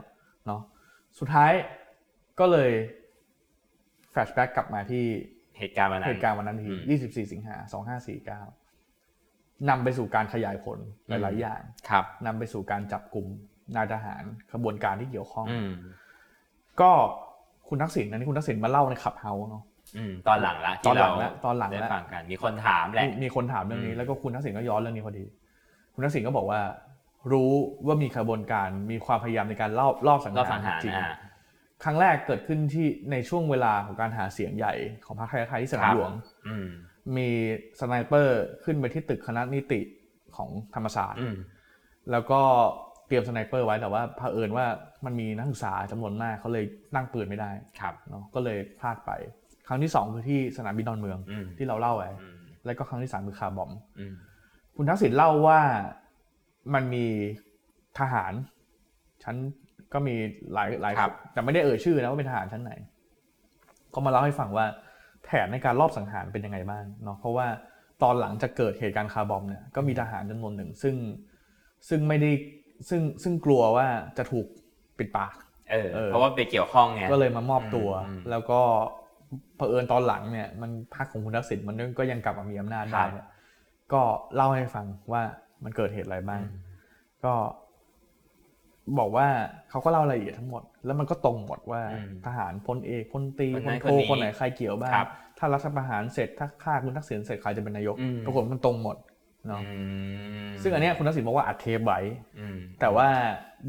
[SPEAKER 3] เนาะสุดท้ายก็เลยแฟลชแบ็กกลับมาที่
[SPEAKER 4] เหตุการณ์วันนั้น
[SPEAKER 3] เหตุการณ์วันนั้นที
[SPEAKER 4] อืม
[SPEAKER 3] 24 สิงหา2549นำไปสู่การขยายผลห
[SPEAKER 4] อืม
[SPEAKER 3] ลาย ๆ อย่าง
[SPEAKER 4] ครับ
[SPEAKER 3] นำไปสู่การจับกลุ่มนายทหารขบวนการที่เกี่ยวข้อง
[SPEAKER 4] อืม
[SPEAKER 3] ก็คุณทักษิณอันนี้คุณทักษิณมาเล่าในขับเฮาเนาะ
[SPEAKER 4] อืมตอนหลังละ
[SPEAKER 3] ตอ
[SPEAKER 4] ที่
[SPEAKER 3] นหลั
[SPEAKER 4] เรา
[SPEAKER 3] งละตอนหลังละ
[SPEAKER 4] ได้ฟังกัน มีคนถามแหละ
[SPEAKER 3] มีมีคนถามเรื่องนี้
[SPEAKER 4] อืม
[SPEAKER 3] แล้วก็คุณทักษิณก็ย้อนเรื่องนี้พอดี คุณทักษิณก็บอกว่า รู้ว่ามีขบวนการมีความพยายามในการลอบลอบสัง
[SPEAKER 4] รอบสัง
[SPEAKER 3] หา
[SPEAKER 4] หาร ร
[SPEAKER 3] จริง
[SPEAKER 4] อ่า
[SPEAKER 3] ครั้งแรกเกิดขึ้นที่ในช่วงเวลาของการหาเสียงใหญ่ของพรรคไทยรักไทยที่สนา
[SPEAKER 4] ครั
[SPEAKER 3] ม
[SPEAKER 4] บ
[SPEAKER 3] หลวง
[SPEAKER 4] อืม
[SPEAKER 3] มีสไนเปอร์ขึ้นไปที่ตึกคณะนิติของธรรมศาสตร์
[SPEAKER 4] อืม
[SPEAKER 3] แล้วก็เตรียมสไนเปอร์ไว้แต่ว่าเผอิญว่ามันมีนักศึกษาจำนวนมากเขาเลยนั่งปืนไม่ได้
[SPEAKER 4] ครับ
[SPEAKER 3] เนาะก็เลยพลาดไป ครั้งที่สองคือที่สนามบินดอนเมือง
[SPEAKER 4] อืม
[SPEAKER 3] ที่เราเล่าไว้
[SPEAKER 4] อืม
[SPEAKER 3] แล้วก็ครั้งที่สามคือคาร์บอม
[SPEAKER 4] อืม
[SPEAKER 3] คุณทักษิณเล่าว่ามันมีทหารชั้นก็มีหลายหลาย
[SPEAKER 4] ครับ
[SPEAKER 3] แต่ไม่ได้เอ่ยชื่อนะว่าเป็นทหารชั้นไหน ก็มาเล่าให้ฟังว่าแผนในการลอบสังหารเป็นยังไงบ้างเนาะเพราะว่าตอนหลังจากเกิดเหตุการณ์คาร์บอมเนี่ยก็มีทหารจำนวนหนึ่งซึ่งซึ่งไม่ได้ซึ่งซึ่งกลัวว่าจะถูกปิดปาก
[SPEAKER 4] เออ
[SPEAKER 3] เออ
[SPEAKER 4] เพราะว่าไปเกี่ยวข้องไง
[SPEAKER 3] ก็เลยมามอบตัว
[SPEAKER 4] อืม
[SPEAKER 3] แล้วก็เผอิญตอนหลังเนี่ย มันพักของคุณทักษิณมันก็ยังกลับมามีอำนาจได้เนี่ยก็เล่าให้ฟังว่ามันเกิดเหตุอะไรบ้าง
[SPEAKER 4] อืม
[SPEAKER 3] ก็บอกว่าเขาก็เล่ารายละเอียดทั้งหมด แล้วมันก็ตรงหมดว่า
[SPEAKER 4] อืม
[SPEAKER 3] ทหารพลเอกพลตรี
[SPEAKER 4] คน
[SPEAKER 3] พ
[SPEAKER 4] นั้
[SPEAKER 3] ล
[SPEAKER 4] น
[SPEAKER 3] โท
[SPEAKER 4] คนนี้
[SPEAKER 3] คนไหนใครเกี่ยวบ้าง
[SPEAKER 4] ครับ
[SPEAKER 3] ถ้ารัฐประหารเสร็จถ้าฆ่าคุณทักษิณเสร็จใครจะเป็นนายก
[SPEAKER 4] อืม
[SPEAKER 3] ปรากฏมันตรงหมด เนาะ
[SPEAKER 4] อืม
[SPEAKER 3] ซึ่งอันเนี้ยคุณทักษิณบอกว่าอัดเทปไว้
[SPEAKER 4] อืม
[SPEAKER 3] แต่ว่า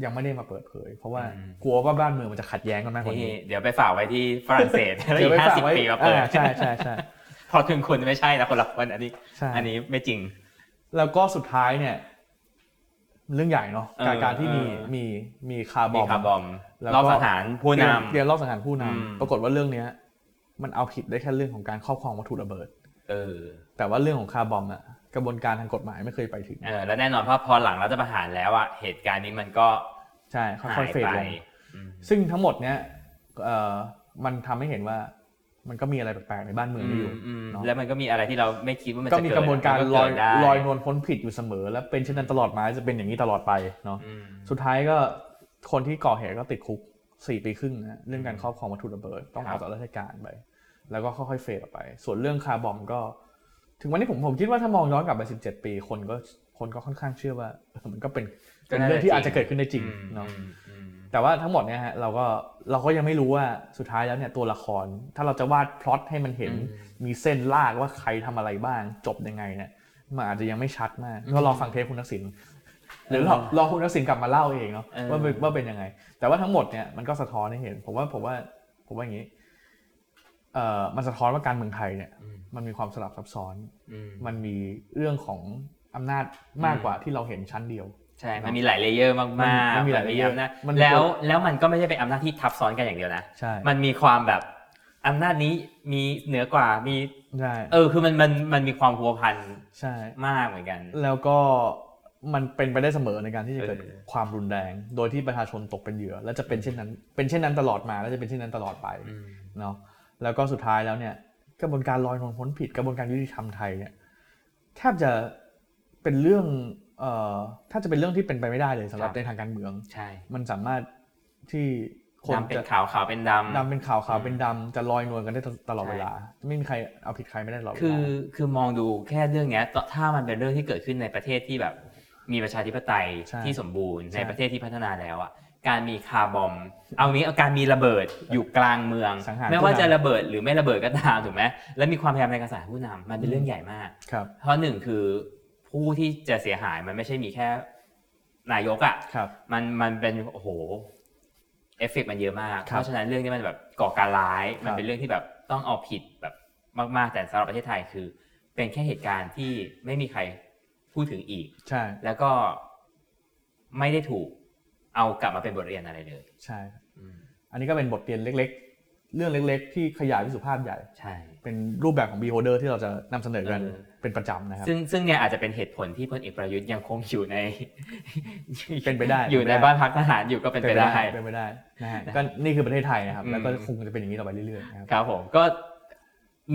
[SPEAKER 3] ยังไม่ได้มาเปิดเผย เพราะว่า
[SPEAKER 4] อืม
[SPEAKER 3] กลัวว่าบ้านเมืองมันจะขัดแย้งกันมากกว่า
[SPEAKER 4] นี่
[SPEAKER 3] นี้
[SPEAKER 4] เดี๋ยวไปฝากไว้ที่ฝรั่งเศสแล้วอี
[SPEAKER 3] เดี๋ยว
[SPEAKER 4] ก
[SPEAKER 3] ไป
[SPEAKER 4] ห้า
[SPEAKER 3] ฝาก
[SPEAKER 4] สิบ
[SPEAKER 3] ไว้
[SPEAKER 4] ปีมาเปิด
[SPEAKER 3] อ่าใช่ใช่ใช่
[SPEAKER 4] เพอถึงคุณไม่ใช่นะคนละคนอันนี้
[SPEAKER 3] ใช่
[SPEAKER 4] อันนี้ไม่จริง
[SPEAKER 3] แล้วก็สุดท้ายเนี่ยเรื่องใหญ่เนาะ
[SPEAKER 4] เออ
[SPEAKER 3] กับการที่มี
[SPEAKER 4] เออ
[SPEAKER 3] มีมีคาร์บ
[SPEAKER 4] มี
[SPEAKER 3] อม
[SPEAKER 4] คาร์บอม
[SPEAKER 3] แล้วก็
[SPEAKER 4] รอบสังหารผู้น
[SPEAKER 3] เรียนรอบสังหารผู้นำ
[SPEAKER 4] อืม
[SPEAKER 3] ปรากฏว่าเรื่องเนี้ย มันเอาผิดได้แค่เรื่องของการครอบครองวัตถุระเบิด
[SPEAKER 4] ำเออ
[SPEAKER 3] แต่ว่าเรื่องของคาร์บอมอะกระบวนการทางกฎหมายไม่เคยไปถึง
[SPEAKER 4] เออแล้วแน่นอนเพราะพอหลังรัฐประหารแล้วอ่ะเหตุการณ์นี้มันก็
[SPEAKER 3] ใช่ค่
[SPEAKER 4] หา
[SPEAKER 3] อย
[SPEAKER 4] ย
[SPEAKER 3] ๆเฟด
[SPEAKER 4] ไป
[SPEAKER 3] ลง
[SPEAKER 4] อืม
[SPEAKER 3] ซึ่งทั้งหมดเนี้ยเอ่อมันทำให้เห็นว่ามันก็มีอะไรแปลกๆในบ้านเมืองนี้อยู่
[SPEAKER 4] อืมอืม
[SPEAKER 3] เนาะ
[SPEAKER 4] แล้วมันก็มีอะไรที่เราไม่คิดว่ามัน
[SPEAKER 3] ก็
[SPEAKER 4] จะ
[SPEAKER 3] มี
[SPEAKER 4] เด
[SPEAKER 3] กระบวนการ
[SPEAKER 4] มั
[SPEAKER 3] ลอย
[SPEAKER 4] เได้
[SPEAKER 3] ลอยนวลพ้นผิดอยู่เสมอ และเป็นเช่นนั้นตลอดมาจะเป็นอย่างนี้ตลอดไปเนาะ
[SPEAKER 4] อืม
[SPEAKER 3] สุดท้ายก็คนที่ก่อเหตุก็ติดคุก 4 ปีครึ่งนะฮะเรื่องการครอบครองวัตถุระเบิดต้องออกจากราชการไป แล้วก็ค่อยๆเฟดออกไป ส่วนเรื่องคาร์บอมก็ ถึงวันนี้ผมผมคิดว่าถ้ามองย้อนกลับไป 17 ปี คนก็คนก็ค่อนข้างเชื่อว่าเออมันก็เป็นเป็นเรื่องที่อาจจะเกิดขึ้นได้จริงเนาะ
[SPEAKER 4] อืมอืม
[SPEAKER 3] แต่ว่าทั้งหมดเนี่ยฮะเราก็เราก็ยังไม่รู้ว่าสุดท้ายแล้วเนี่ยตัวละคร ถ้าเราจะวาดพล็อตให้มันเห็นมีเส้นลากว่าใครทำอะไรบ้าง จบยังไงเนี่ยมันอาจจะยังไม่ชัดมากก็รอฟังเทปคุณทักษิณหรือรอรอคุณทักษิณกลับมาเล่าเองเนาะว่าเป็นว่าเป็นยังไง แต่ว่าทั้งหมดเนี่ยมันก็สะท้อนให้เห็น ผมว่าผมว่าผมว่าอย่างนี้เอ่อมันสะท้อนว่าการเมืองไทยเนี่ย มันมีความสลับซับซ้อน
[SPEAKER 4] อืม
[SPEAKER 3] มันมีเรื่องของอำนาจมากกว่าที่เราเห็นชั้นเดียว
[SPEAKER 4] ใช่ มันมีหลายเลเยอร์มากๆ
[SPEAKER 3] มันมีหลายเลเยอร์
[SPEAKER 4] นนะ
[SPEAKER 3] มัน
[SPEAKER 4] แล้วแล้วมันก็ไม่ใช่เป็นอำนาจที่ทับซ้อนกันอย่างเดียวนะ
[SPEAKER 3] ใช่
[SPEAKER 4] มันมีความแบบอำนาจนี้มีเหนือกว่ามี
[SPEAKER 3] ใช่
[SPEAKER 4] เออคือมันมันมันมีความพัวพัน
[SPEAKER 3] ใช่
[SPEAKER 4] มากเหมือนกัน
[SPEAKER 3] แล้วก็มันเป็นไปได้เสมอในการที่จะเกิด
[SPEAKER 4] เออ
[SPEAKER 3] ความรุนแรง โดยที่ประชาชนตกเป็นเหยื่อ และจะเป็นเช่นนั้น เป็นเช่นนั้นตลอดมาและจะเป็นเช่นนั้นตลอดไป
[SPEAKER 4] อืม
[SPEAKER 3] เนาะแล้วก็สุดท้ายแล้วเนี่ยกระบวนการลอยนวลพ้นผิดกระบวนการยุติธรรมไทยเนี่ยแทบจะเป็นเรื่องเอ่อถ้าจะเป็นเรื่องที่เป็นไปไม่ได้เลยสำหรับในทางการเมือง
[SPEAKER 4] ใช่
[SPEAKER 3] มันสามารถที่คน
[SPEAKER 4] ดำเป็น
[SPEAKER 3] จะ
[SPEAKER 4] ขาวขาวเป็นดำ
[SPEAKER 3] ดำเป็นขาวขาวเป็นดำจะลอยนวลกันได้ตลอดเวลา ไม่มีใครเอาผิดใครไม่ได้ตลอดเว
[SPEAKER 4] คื
[SPEAKER 3] ล
[SPEAKER 4] อ
[SPEAKER 3] า
[SPEAKER 4] คือมองดูแค่เรื่องเนี้ยตถ้ามันเป็นเรื่องที่เกิดขึ้นในประเทศที่แบบมีประชาธิปไตย
[SPEAKER 3] ใช่
[SPEAKER 4] ที่สมบูรณ์
[SPEAKER 3] ใช่
[SPEAKER 4] ในประเทศที่พัฒนาแล้วอ่ะการมีคาร์บอม เอางี้เอาการมีระเบิดอยู่กลางเมือง
[SPEAKER 3] สังหาร
[SPEAKER 4] ไม่ว่า
[SPEAKER 3] ผู้นำ
[SPEAKER 4] จะระเบิดหรือไม่ระเบิดก็ตามถูกไหมแล้วมีความพยายามในการสังหารผู้นำมันเป็นเรื่องใหญ่มาก
[SPEAKER 3] ครับ
[SPEAKER 4] เพราะหนึ่งคือผู้ที่จะเสียหายมันไม่ใช่มีแค่นายกอ่ะ
[SPEAKER 3] ครับ
[SPEAKER 4] มันมันเป็นโอ้โหเอฟเฟกต์มันเยอะมาก
[SPEAKER 3] ครับ
[SPEAKER 4] เพราะฉะนั้นเรื่องนี้มันแบบก่อการร้าย
[SPEAKER 3] ครับ
[SPEAKER 4] มันเป็นเรื่องที่แบบต้องเอาผิดแบบมาก ๆ แต่สำหรับประเทศไทยคือ เป็นแค่เหตุการณ์ที่ไม่มีใครพูดถึงอีก
[SPEAKER 3] ใช่
[SPEAKER 4] แล้วก็ไม่ได้ถูกเอากลับมาเป็นบทเรียนอะไรเลย
[SPEAKER 3] ใช่
[SPEAKER 4] อืม
[SPEAKER 3] อันนี้ก็เป็นบทเรียนเล็กๆ เรื่องเล็กๆ ที่ขยายวิสุภาพใหญ่
[SPEAKER 4] ใช่
[SPEAKER 3] เป็นรูปแบบของ beholder ที่เราจะนำเสนอกัน
[SPEAKER 4] เออ
[SPEAKER 3] เป็นประจำนะครับ
[SPEAKER 4] ซึ่งซึ่งเนี่ยอาจจะเป็นเหตุผลที่พลเอกประยุทธ์ยังคงอยู่ใน
[SPEAKER 3] เป็นไปได้
[SPEAKER 4] อยู่
[SPEAKER 3] เป็น
[SPEAKER 4] ใน
[SPEAKER 3] ไปได้
[SPEAKER 4] บ้านพักทหารอยู่ก็เป็นไปได้
[SPEAKER 3] เป็นไปได้นะฮะก็นี่คือประเทศไทยนะครับ
[SPEAKER 4] อืม
[SPEAKER 3] แล้วก็คงจะเป็นอย่างนี้ต่อไปเรื่อยๆนะครับ
[SPEAKER 4] ครับผมก็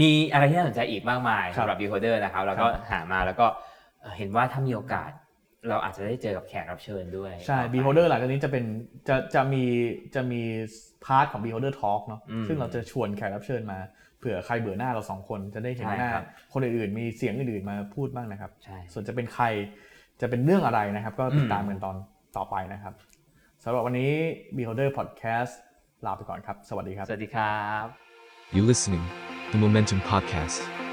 [SPEAKER 4] มีอะไรที่น่าสนใจอีกมากมาย
[SPEAKER 3] ครับ
[SPEAKER 4] สำหรับ Beholder นะครับแล้วก็หามาแล้วก็เอ่อเห็นว่าถ้ามีโอกาส เราอาจจะได้เจอกับแขกรับเชิญด้วย
[SPEAKER 3] ใช่
[SPEAKER 4] ต่อไป
[SPEAKER 3] beholder หลังจากนี้จะเป็นจะจะมีจะมีพาร์ทของ beholder talk เนาะ
[SPEAKER 4] อืม
[SPEAKER 3] ซึ่งเราจะชวนแขกรับเชิญมาเผื่อใครเบื่อหน้าเราสองคนจะได้เห็น
[SPEAKER 4] ใช่
[SPEAKER 3] หน้า
[SPEAKER 4] ครับ
[SPEAKER 3] คนอื่นๆ มีเสียงอื่นๆมาพูดบ้างนะครับ
[SPEAKER 4] ใช่
[SPEAKER 3] ส่วนจะเป็นใครจะเป็นเรื่องอะไรนะครับ ก็ติดตามกันตอนต่อไปนะครับสำหรับวันนี้ Beholder Podcast ลาไปก่อนครับ สวัสดีครับ
[SPEAKER 4] สวัสดีครับ
[SPEAKER 1] You listening, the Momentum Podcast.